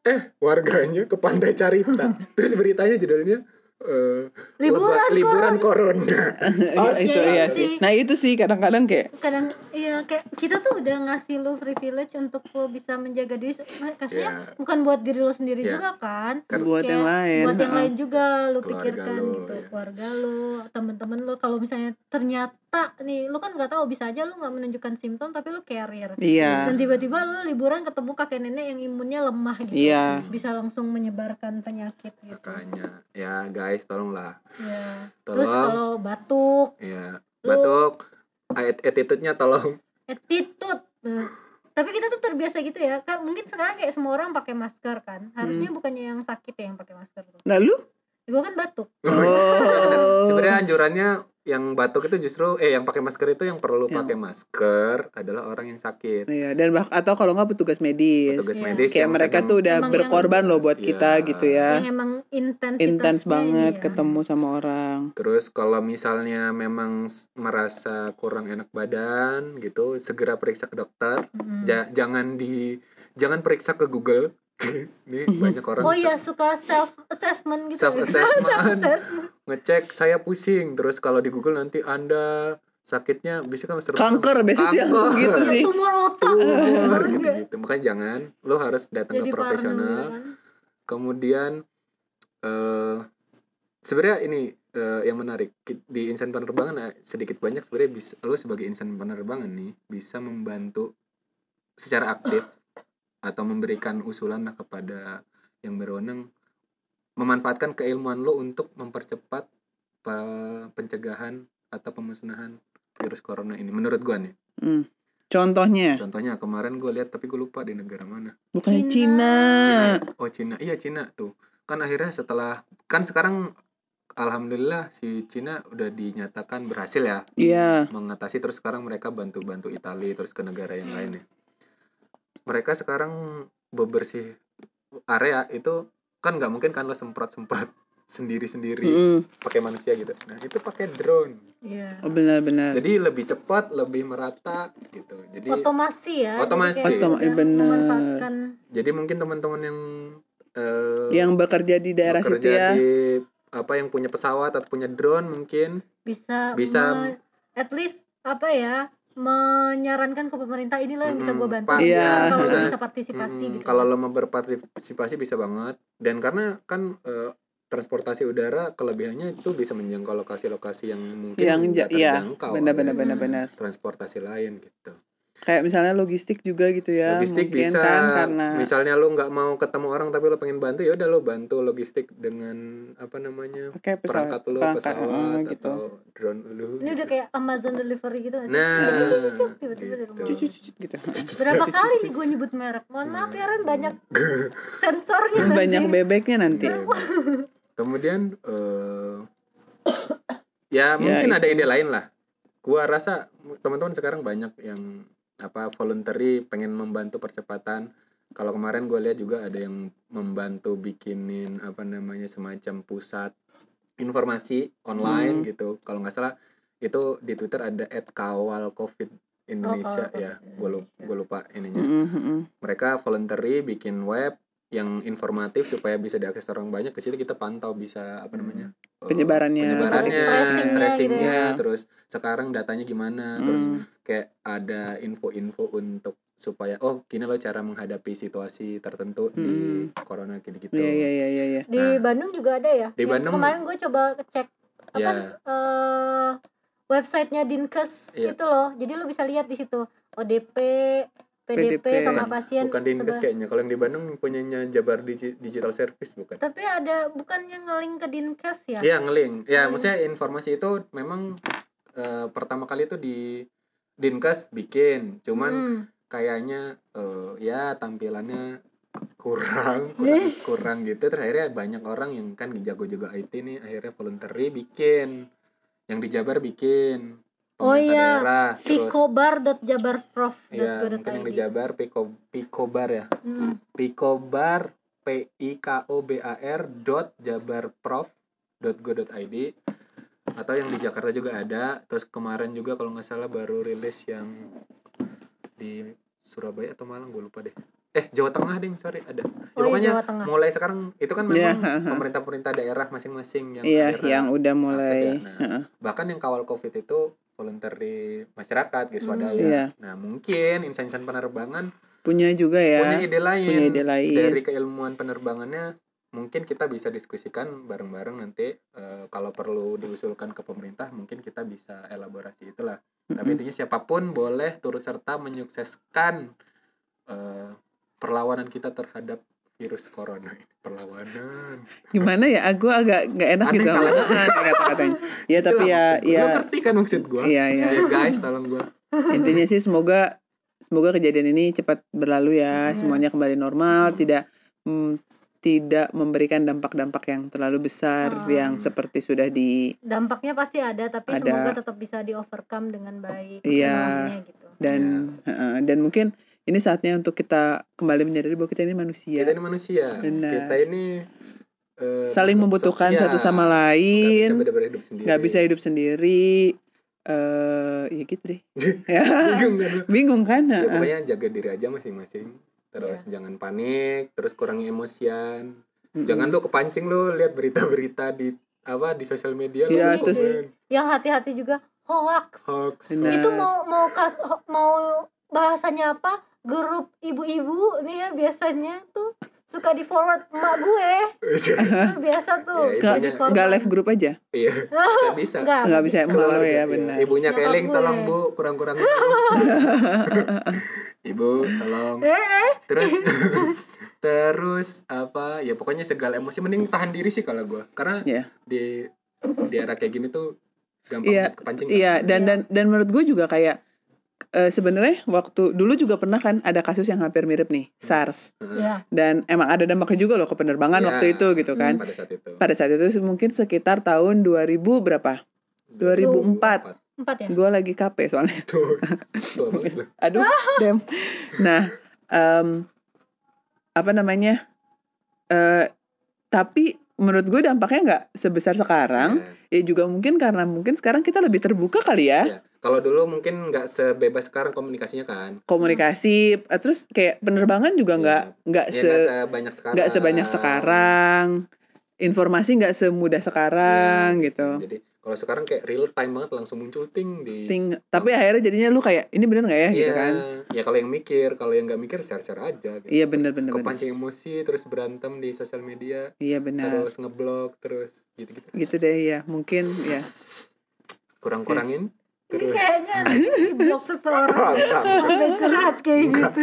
Speaker 3: eh warganya ke pantai Carita terus beritanya judulnya eh,
Speaker 1: Liburan
Speaker 3: leba- liburan corona
Speaker 2: Iya, itu
Speaker 1: iya
Speaker 2: ya.
Speaker 1: sih.
Speaker 2: Nah, itu sih kadang-kadang kayak
Speaker 1: kadang iya kayak kita tuh udah ngasih lu privilege untuk lu bisa menjaga diri kasihnya
Speaker 3: Iya.
Speaker 1: bukan buat diri lu sendiri
Speaker 3: Iya.
Speaker 1: juga kan
Speaker 3: Ker-
Speaker 2: buat yang
Speaker 1: Kayak
Speaker 2: lain.
Speaker 1: buat yang
Speaker 2: heeh.
Speaker 1: lain juga lu
Speaker 3: Keluarga
Speaker 1: pikirkan
Speaker 3: lu,
Speaker 1: gitu
Speaker 3: iya.
Speaker 1: keluarga lu temen-temen lu kalau misalnya ternyata nih lu kan nggak tahu bisa aja lu nggak menunjukkan simptom tapi lu carrier
Speaker 2: Iya.
Speaker 1: dan tiba-tiba lu liburan ketemu kakek nenek yang imunnya lemah gitu
Speaker 2: Iya.
Speaker 1: bisa langsung menyebarkan penyakit gitu
Speaker 3: makanya ya guys tolonglah
Speaker 1: ya terus
Speaker 3: tolong
Speaker 1: kalau batuk
Speaker 3: ya
Speaker 1: Lu-
Speaker 3: batuk at- attitude-nya tolong
Speaker 1: attitude Nah, eh, tapi kita tuh terbiasa gitu ya kan mungkin sekarang kayak semua orang pakai masker kan
Speaker 2: Hmm.
Speaker 1: harusnya bukannya yang sakit ya yang pakai masker tuh
Speaker 2: Nah, lu?
Speaker 1: gue kan batuk
Speaker 2: Oh.
Speaker 3: iya. Sebenarnya anjurannya yang batuk itu justru eh yang pakai masker itu yang perlu
Speaker 2: Yang-
Speaker 3: pakai masker adalah orang yang sakit.
Speaker 2: Iya, dan bah atau kalau nggak petugas medis.
Speaker 1: Iya.
Speaker 3: Petugas
Speaker 2: ya.
Speaker 3: medis
Speaker 2: kayak
Speaker 3: yang
Speaker 2: mereka
Speaker 3: sedang-
Speaker 2: tuh udah
Speaker 1: Emang yang-
Speaker 2: berkorban loh buat
Speaker 3: Iya.
Speaker 2: kita gitu ya.
Speaker 1: yang emang intensitasnya
Speaker 2: Intens banget
Speaker 1: ini ya.
Speaker 2: ketemu sama orang.
Speaker 3: Terus kalau misalnya memang s- merasa kurang enak badan gitu, segera periksa ke dokter.
Speaker 2: Hmm.
Speaker 1: Mm.
Speaker 3: Ja- jangan di jangan periksa ke Google. Ini
Speaker 2: Hmm.
Speaker 3: banyak orang
Speaker 1: oh iya suka self assessment gitu ya.
Speaker 3: Self-assessment.
Speaker 1: Self-assessment.
Speaker 3: ngecek saya pusing. Terus kalau di Google nanti Anda sakitnya bisa kan serta-
Speaker 2: Kanker biasanya sih langsung
Speaker 3: Kanker.
Speaker 2: gitu
Speaker 1: Iya,
Speaker 2: sih.
Speaker 1: tumor otak
Speaker 3: Tumor,
Speaker 1: Iya.
Speaker 3: gitu-gitu. Makanya jangan, lo harus datang
Speaker 1: jadi
Speaker 3: ke
Speaker 1: parno gitu
Speaker 3: gitu. profesional.
Speaker 1: kan
Speaker 3: kemudian eh sebenarnya ini eh, yang menarik Ki- di insan penerbangan eh, sedikit banyak sebenarnya bisa lo sebagai insan penerbangan nih bisa membantu secara aktif atau memberikan usulan lah kepada yang berwenang memanfaatkan keilmuan lo untuk mempercepat pe- pencegahan atau pemusnahan virus corona ini menurut gua nih
Speaker 2: Hmm. Contohnya,
Speaker 3: contohnya kemarin gua lihat tapi gua lupa di negara mana
Speaker 2: bukan Cina. ya?
Speaker 1: Cina.
Speaker 3: Oh Cina, iya Cina tuh. Kan akhirnya setelah kan sekarang alhamdulillah si Cina udah dinyatakan berhasil ya
Speaker 2: Iya.
Speaker 3: mengatasi terus sekarang mereka bantu-bantu Italia terus ke negara yang lain ya. Mereka sekarang bebersih area itu kan nggak mungkin kan lo semprot-semprot sendiri-sendiri
Speaker 2: Mm-mm.
Speaker 3: pakai manusia gitu. Nah, itu pakai drone.
Speaker 1: Iya.
Speaker 2: Hmm. Oh, benar-benar.
Speaker 3: Jadi lebih cepat, lebih merata gitu. Jadi
Speaker 1: otomasi ya jadi
Speaker 3: Otomasi.
Speaker 1: kayak
Speaker 2: Otoma-
Speaker 1: udah
Speaker 2: eh, bener.
Speaker 1: memanfaatkan
Speaker 3: jadi mungkin teman-teman yang eh,
Speaker 2: Yang bekerja di daerah
Speaker 3: bekerja
Speaker 2: situ ya.
Speaker 3: di apa yang punya pesawat atau punya drone mungkin
Speaker 1: bisa
Speaker 3: Bisa.
Speaker 1: me- at least apa ya menyarankan ke pemerintah inilah yang bisa
Speaker 3: Mm,
Speaker 1: gue bantu
Speaker 3: Pak,
Speaker 1: Ini
Speaker 2: Iya.
Speaker 1: kalau
Speaker 3: bisa.
Speaker 1: lo bisa partisipasi
Speaker 3: Mm,
Speaker 1: gitu
Speaker 3: kalau lo mau berpartisipasi bisa banget dan karena kan eh, transportasi udara kelebihannya itu bisa menjangkau lokasi-lokasi yang mungkin
Speaker 2: Yang ja-
Speaker 3: nggak
Speaker 2: iya,
Speaker 3: terjangkau oleh
Speaker 2: benar-benar benar-benar.
Speaker 3: transportasi lain gitu
Speaker 2: kayak misalnya logistik juga gitu ya
Speaker 3: logistik
Speaker 2: mungkin
Speaker 3: bisa
Speaker 2: kan karena
Speaker 3: misalnya lo nggak mau ketemu orang tapi lo pengen bantu ya udah lo bantu logistik dengan apa namanya
Speaker 2: pakai pesawat
Speaker 3: perangkat lo
Speaker 2: perangkat,
Speaker 3: pesawat
Speaker 2: eh, gitu
Speaker 3: atau ya. drone lo
Speaker 1: ini udah kayak Amazon delivery gitu nggak sih?
Speaker 3: Nah,
Speaker 1: Cucuk-cucuk, tiba-tiba dari
Speaker 3: gitu.
Speaker 1: rumah.
Speaker 2: cucu cucu gitu
Speaker 1: Berapa kali nih gue nyebut merek? Mohon maaf ya Ren banyak sensornya nanti.
Speaker 2: banyak bebeknya nanti
Speaker 3: Iya, bener. kemudian eh, ya mungkin ada ide lain lah gua rasa teman-teman sekarang banyak yang apa voluntary pengen membantu percepatan kalau kemarin gue lihat juga ada yang membantu bikinin apa namanya semacam pusat informasi online
Speaker 2: Hmm.
Speaker 3: gitu kalau nggak salah itu di twitter ada @kawalcovid Indonesia
Speaker 1: Kawal
Speaker 3: ya gue lupa, lupa ininya
Speaker 2: Mm, mm, mm.
Speaker 3: mereka voluntary bikin web yang informatif supaya bisa diakses orang banyak ke situ kita pantau bisa apa namanya eh,
Speaker 2: Hmm. Penyebarannya.
Speaker 3: penyebarannya
Speaker 1: Tracingnya gitu
Speaker 3: tracingnya,
Speaker 2: ya.
Speaker 3: terus sekarang datanya gimana terus
Speaker 2: Mm.
Speaker 3: kayak ada info-info untuk supaya oh gini loh cara menghadapi situasi tertentu di corona gitu. gitu-gitu
Speaker 2: Hmm. Iya iya iya iya. iya.
Speaker 1: Di
Speaker 3: Nah.
Speaker 1: Bandung juga ada ya.
Speaker 3: Di
Speaker 1: Yang
Speaker 3: Bandung-
Speaker 1: Kemarin gue coba cek apa
Speaker 3: Ya.
Speaker 1: eh, websitenya Dinkes
Speaker 3: Iya.
Speaker 1: itu loh. Jadi lu bisa lihat di situ ODP, PDP,
Speaker 2: PDP.
Speaker 1: sama
Speaker 3: Bukan-
Speaker 1: pasien.
Speaker 3: bukan Dinkes
Speaker 1: sebelah.
Speaker 3: kayaknya kalau yang di Bandung punyanya Jabar Digi- Digital Service bukan
Speaker 1: Tapi ada bukannya ngeling ke Dinkes ya?
Speaker 3: Iya ngeling. Ya
Speaker 1: Ngeling.
Speaker 3: maksudnya informasi itu memang eh, pertama kali itu di Dinkes bikin, cuman
Speaker 1: Hmm.
Speaker 3: kayaknya eh, ya tampilannya kurang kurang,
Speaker 1: Yes.
Speaker 3: kurang gitu. Terus akhirnya banyak orang yang kan jago-jago IT nih akhirnya voluntary bikin, yang di Jabar bikin,
Speaker 1: Oh,
Speaker 3: pemerintah
Speaker 1: iya.
Speaker 3: daerah, terus ya mungkin yang di
Speaker 1: pikobar.jabarprof.go.id.
Speaker 3: Jabar Piko Pikobar ya,
Speaker 1: Hmm.
Speaker 3: Pikobar P I K O B A R dot jabarprof.go.id atau yang di Jakarta juga ada terus kemarin juga kalau nggak salah baru rilis yang di Surabaya atau Malang gue lupa deh eh Jawa Tengah deh sorry ada ya,
Speaker 1: Oh, iya,
Speaker 3: pokoknya
Speaker 1: Jawa Tengah.
Speaker 3: mulai sekarang itu kan
Speaker 2: Iya,
Speaker 3: memang
Speaker 2: ha, ha.
Speaker 3: pemerintah-pemerintah daerah masing-masing yang
Speaker 2: Iya,
Speaker 3: akhirnya-
Speaker 2: yang udah mulai.
Speaker 3: Nah,
Speaker 2: Heeh.
Speaker 3: bahkan yang kawal covid itu voluntary masyarakat gitu
Speaker 1: Hmm.
Speaker 2: Iya.
Speaker 3: nah mungkin insan-insan penerbangan
Speaker 2: Punya juga ya.
Speaker 3: punya ide lain
Speaker 2: punya ide lain.
Speaker 3: dari keilmuan penerbangannya mungkin kita bisa diskusikan bareng-bareng nanti eh, kalau perlu diusulkan ke pemerintah mungkin kita bisa elaborasi itulah tapi
Speaker 2: Mm-mm.
Speaker 3: intinya siapapun boleh turut serta menyukseskan eh, perlawanan kita terhadap virus corona perlawanan
Speaker 2: Gimana ya? Aku agak nggak enak
Speaker 3: Aneh
Speaker 2: gitu sama
Speaker 3: kalau-
Speaker 2: aneh kata-katanya. Ya tapi
Speaker 3: Itulah
Speaker 2: ya
Speaker 3: maksud gua.
Speaker 2: ya
Speaker 3: Lo ngerti kan maksud gua
Speaker 2: iya iya.
Speaker 3: Ya, guys tolong gua
Speaker 2: Intinya sih semoga semoga kejadian ini cepat berlalu ya.
Speaker 1: Iya.
Speaker 2: Semuanya kembali normal,
Speaker 3: Iya.
Speaker 2: tidak mm, tidak memberikan dampak-dampak yang terlalu besar
Speaker 3: Ah.
Speaker 1: Hmm.
Speaker 2: yang seperti sudah di
Speaker 1: Dampaknya pasti ada, tapi
Speaker 2: Ada.
Speaker 1: semoga tetap bisa di overcome dengan baik.
Speaker 2: Iya.
Speaker 1: semuanya gitu.
Speaker 2: dan
Speaker 3: Iya.
Speaker 2: heeh, dan mungkin ini saatnya untuk kita kembali menyadari bahwa kita ini manusia.
Speaker 3: kita ini manusia
Speaker 2: Iya. Benar.
Speaker 3: kita ini eh,
Speaker 2: saling
Speaker 3: makhluk
Speaker 2: membutuhkan
Speaker 3: sosial.
Speaker 2: satu sama
Speaker 3: Nggak bisa
Speaker 2: lain
Speaker 3: bener-bener hidup sendiri
Speaker 2: nggak bisa hidup sendiri eh ya gitu deh ya
Speaker 3: bingung kan lo?
Speaker 2: bingung kan
Speaker 3: ya
Speaker 2: Heeh. Iya.
Speaker 3: pokoknya jaga diri aja masing-masing terus jangan panik terus kurangi emosian
Speaker 2: Mm-mm.
Speaker 3: jangan tuh kepancing lu lihat berita-berita di apa di sosial media lu
Speaker 2: Iya,
Speaker 3: komen,
Speaker 2: terus-
Speaker 1: Yang hati-hati juga hoax.
Speaker 3: hoax
Speaker 2: Benar.
Speaker 1: Itu mau mau kas- ho- mau bahasanya apa? Grup ibu-ibu nih ya biasanya tuh suka di forward emak gue. Itu biasa tuh.
Speaker 3: Ya,
Speaker 1: jadi
Speaker 2: nggak
Speaker 3: ibunya-
Speaker 1: korban.
Speaker 2: nggak live grup aja
Speaker 3: iya nggak bisa
Speaker 1: Nggak,
Speaker 2: nggak bisa
Speaker 1: nggak
Speaker 2: malu
Speaker 3: Keluarga,
Speaker 2: ya
Speaker 3: iya.
Speaker 2: benar
Speaker 3: ibunya
Speaker 1: Nyokap
Speaker 3: keling
Speaker 1: gue.
Speaker 3: tolong bu kurang-kurang Bu." ibu tolong
Speaker 1: bisa. Eh, eh.
Speaker 3: terus terus apa ya pokoknya segala emosi mending tahan diri sih kalau gua karena
Speaker 2: Iya.
Speaker 3: di di era kayak gini tuh gampang
Speaker 2: Iya,
Speaker 3: kepancing kan?
Speaker 2: iya dan
Speaker 1: Iya.
Speaker 2: dan dan menurut gue juga kayak eh, sebenarnya waktu dulu juga pernah kan ada kasus yang hampir mirip nih SARS
Speaker 1: Ya,
Speaker 2: dan emang ada dampaknya juga loh ke penerbangan
Speaker 3: Iya. Hmm.
Speaker 2: waktu itu gitu kan
Speaker 3: pada saat itu
Speaker 2: pada saat itu mungkin sekitar tahun 2000 berapa 2004.
Speaker 1: empat ya.
Speaker 2: gue lagi KP soalnya
Speaker 3: tuh tuh banget loh.
Speaker 2: aduh dem nah em, apa namanya Eh tapi menurut gue dampaknya nggak sebesar sekarang
Speaker 3: Iya.
Speaker 2: ya juga mungkin karena mungkin sekarang kita lebih terbuka kali ya
Speaker 3: Iya. kalau dulu mungkin nggak sebebas sekarang komunikasinya kan
Speaker 2: komunikasi eh, terus kayak penerbangan juga
Speaker 3: Iya.
Speaker 2: nggak nggak
Speaker 3: ya
Speaker 2: se
Speaker 3: nggak sebanyak sekarang
Speaker 2: nggak sebanyak sekarang informasi nggak semudah sekarang
Speaker 3: Iya.
Speaker 2: gitu
Speaker 3: jadi kalau sekarang kayak real time banget langsung muncul ting di
Speaker 2: Ting- tapi akhirnya jadinya lu kayak ini bener nggak ya
Speaker 3: Iya.
Speaker 2: gitu kan
Speaker 3: ya kalau yang mikir kalau yang nggak mikir share share aja gitu.
Speaker 2: iya bener bener bener
Speaker 3: kepancing emosi terus berantem di sosial media
Speaker 2: iya benar
Speaker 3: terus ngeblok terus gitu gitu
Speaker 2: iya. gitu deh ya mungkin ya
Speaker 3: kurang kurangin
Speaker 1: Ini
Speaker 3: terus
Speaker 1: kayaknya di blog seseorang
Speaker 3: Enggak, enggak.
Speaker 1: sampai curhat kayak
Speaker 3: Enggak.
Speaker 1: gitu.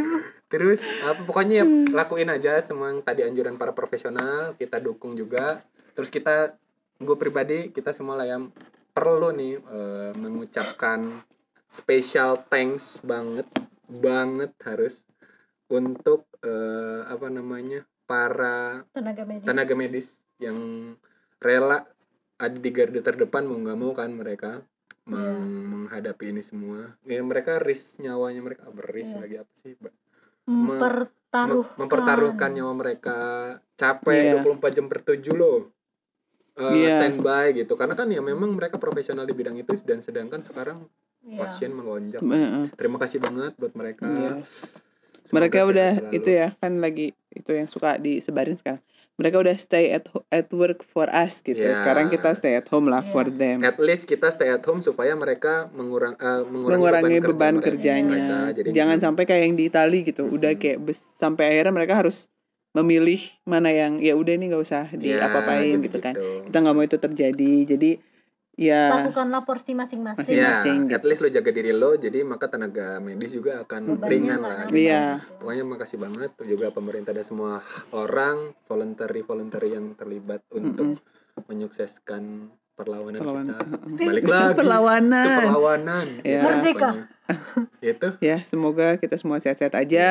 Speaker 3: terus apa pokoknya ya, lakuin aja semua yang tadi anjuran para profesional kita dukung juga terus kita gue pribadi kita semua lah yang perlu nih eh, mengucapkan special thanks banget banget harus untuk eh, apa namanya para
Speaker 1: Tenaga medis.
Speaker 3: tenaga medis yang rela ada di garda terdepan mau nggak mau kan mereka meng- menghadapi ini semua ya mereka risk nyawanya mereka apa risk
Speaker 1: Iya.
Speaker 3: lagi apa sih Mbak? Mem-
Speaker 1: mempertaruhkan.
Speaker 3: mempertaruhkan nyawa mereka capek
Speaker 2: Iya.
Speaker 3: 24 jam per 7 loh Eh,
Speaker 2: Iya.
Speaker 3: standby gitu karena kan ya memang mereka profesional di bidang itu dan sedangkan sekarang
Speaker 1: Iya.
Speaker 3: pasien melonjak
Speaker 2: Heeh.
Speaker 3: terima kasih banget buat mereka
Speaker 2: Iya.
Speaker 3: Semoga
Speaker 2: mereka
Speaker 3: sehat
Speaker 2: udah
Speaker 3: selalu.
Speaker 2: itu ya kan lagi itu yang suka disebarin sekarang mereka udah stay at ho- at work for us gitu
Speaker 3: Ya.
Speaker 2: sekarang kita stay at home lah
Speaker 1: Yes.
Speaker 2: for them
Speaker 3: at least kita stay at home supaya mereka mengurang, eh, mengurangi,
Speaker 2: mengurangi
Speaker 3: beban,
Speaker 2: beban,
Speaker 3: kerja
Speaker 2: kerjanya
Speaker 3: mereka. Jadi
Speaker 2: jangan
Speaker 3: hmm,
Speaker 2: sampai kayak yang di Itali gitu
Speaker 3: Mhm.
Speaker 2: udah kayak bes- sampai akhirnya mereka harus memilih mana yang ya udah nih nggak usah di
Speaker 3: ya,
Speaker 2: apa-apain gitu kan kita nggak mau itu terjadi jadi ya
Speaker 1: Lakukanlah porsi masing-masing.
Speaker 3: Ya,
Speaker 2: masing-masing
Speaker 3: at
Speaker 2: gitu.
Speaker 3: least lo jaga diri lo, jadi maka tenaga medis juga akan
Speaker 1: Bebannya
Speaker 3: ringan
Speaker 1: nggak
Speaker 3: lah.
Speaker 1: nambah
Speaker 2: Iya.
Speaker 1: gitu.
Speaker 3: Pokoknya makasih banget juga pemerintah dan semua orang, voluntary-voluntary yang terlibat untuk menyukseskan perlawanan,
Speaker 2: perlawanan
Speaker 3: kita.
Speaker 2: heeh.
Speaker 3: Balik lagi ke
Speaker 2: perlawanan
Speaker 3: perlawanan.
Speaker 2: Ya.
Speaker 3: gitu
Speaker 1: Merdeka.
Speaker 3: pokoknya. Itu,
Speaker 2: ya semoga kita semua sehat-sehat aja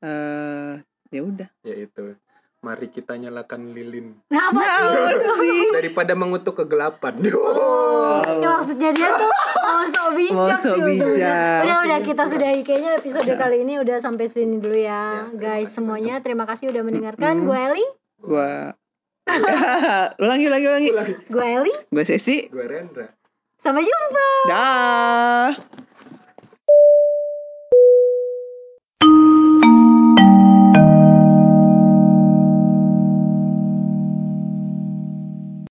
Speaker 2: eh ya udah
Speaker 3: ya itu. Mari kita nyalakan lilin.
Speaker 1: Nah, apa sih?
Speaker 2: sih
Speaker 3: daripada mengutuk kegelapan.
Speaker 1: Oh, ini maksudnya dia tuh mau sok bijak
Speaker 2: Mau sok
Speaker 1: sih ujung-ujungnya.
Speaker 2: bijak.
Speaker 1: Udah udah kita sudahi kayaknya episode kali ini udah sampai sini dulu
Speaker 3: Ya,
Speaker 1: ya,
Speaker 3: terima
Speaker 1: guys
Speaker 3: kasih
Speaker 1: semuanya. Terima kasih udah mendengarkan.
Speaker 2: Mm-mm.
Speaker 1: Gue Eli,
Speaker 2: gua ulangi ulangi ulangi
Speaker 3: Ulangi.
Speaker 1: gue Eli.
Speaker 2: gua sesi
Speaker 3: Gue Rendra.
Speaker 1: Sampai jumpa.
Speaker 2: dah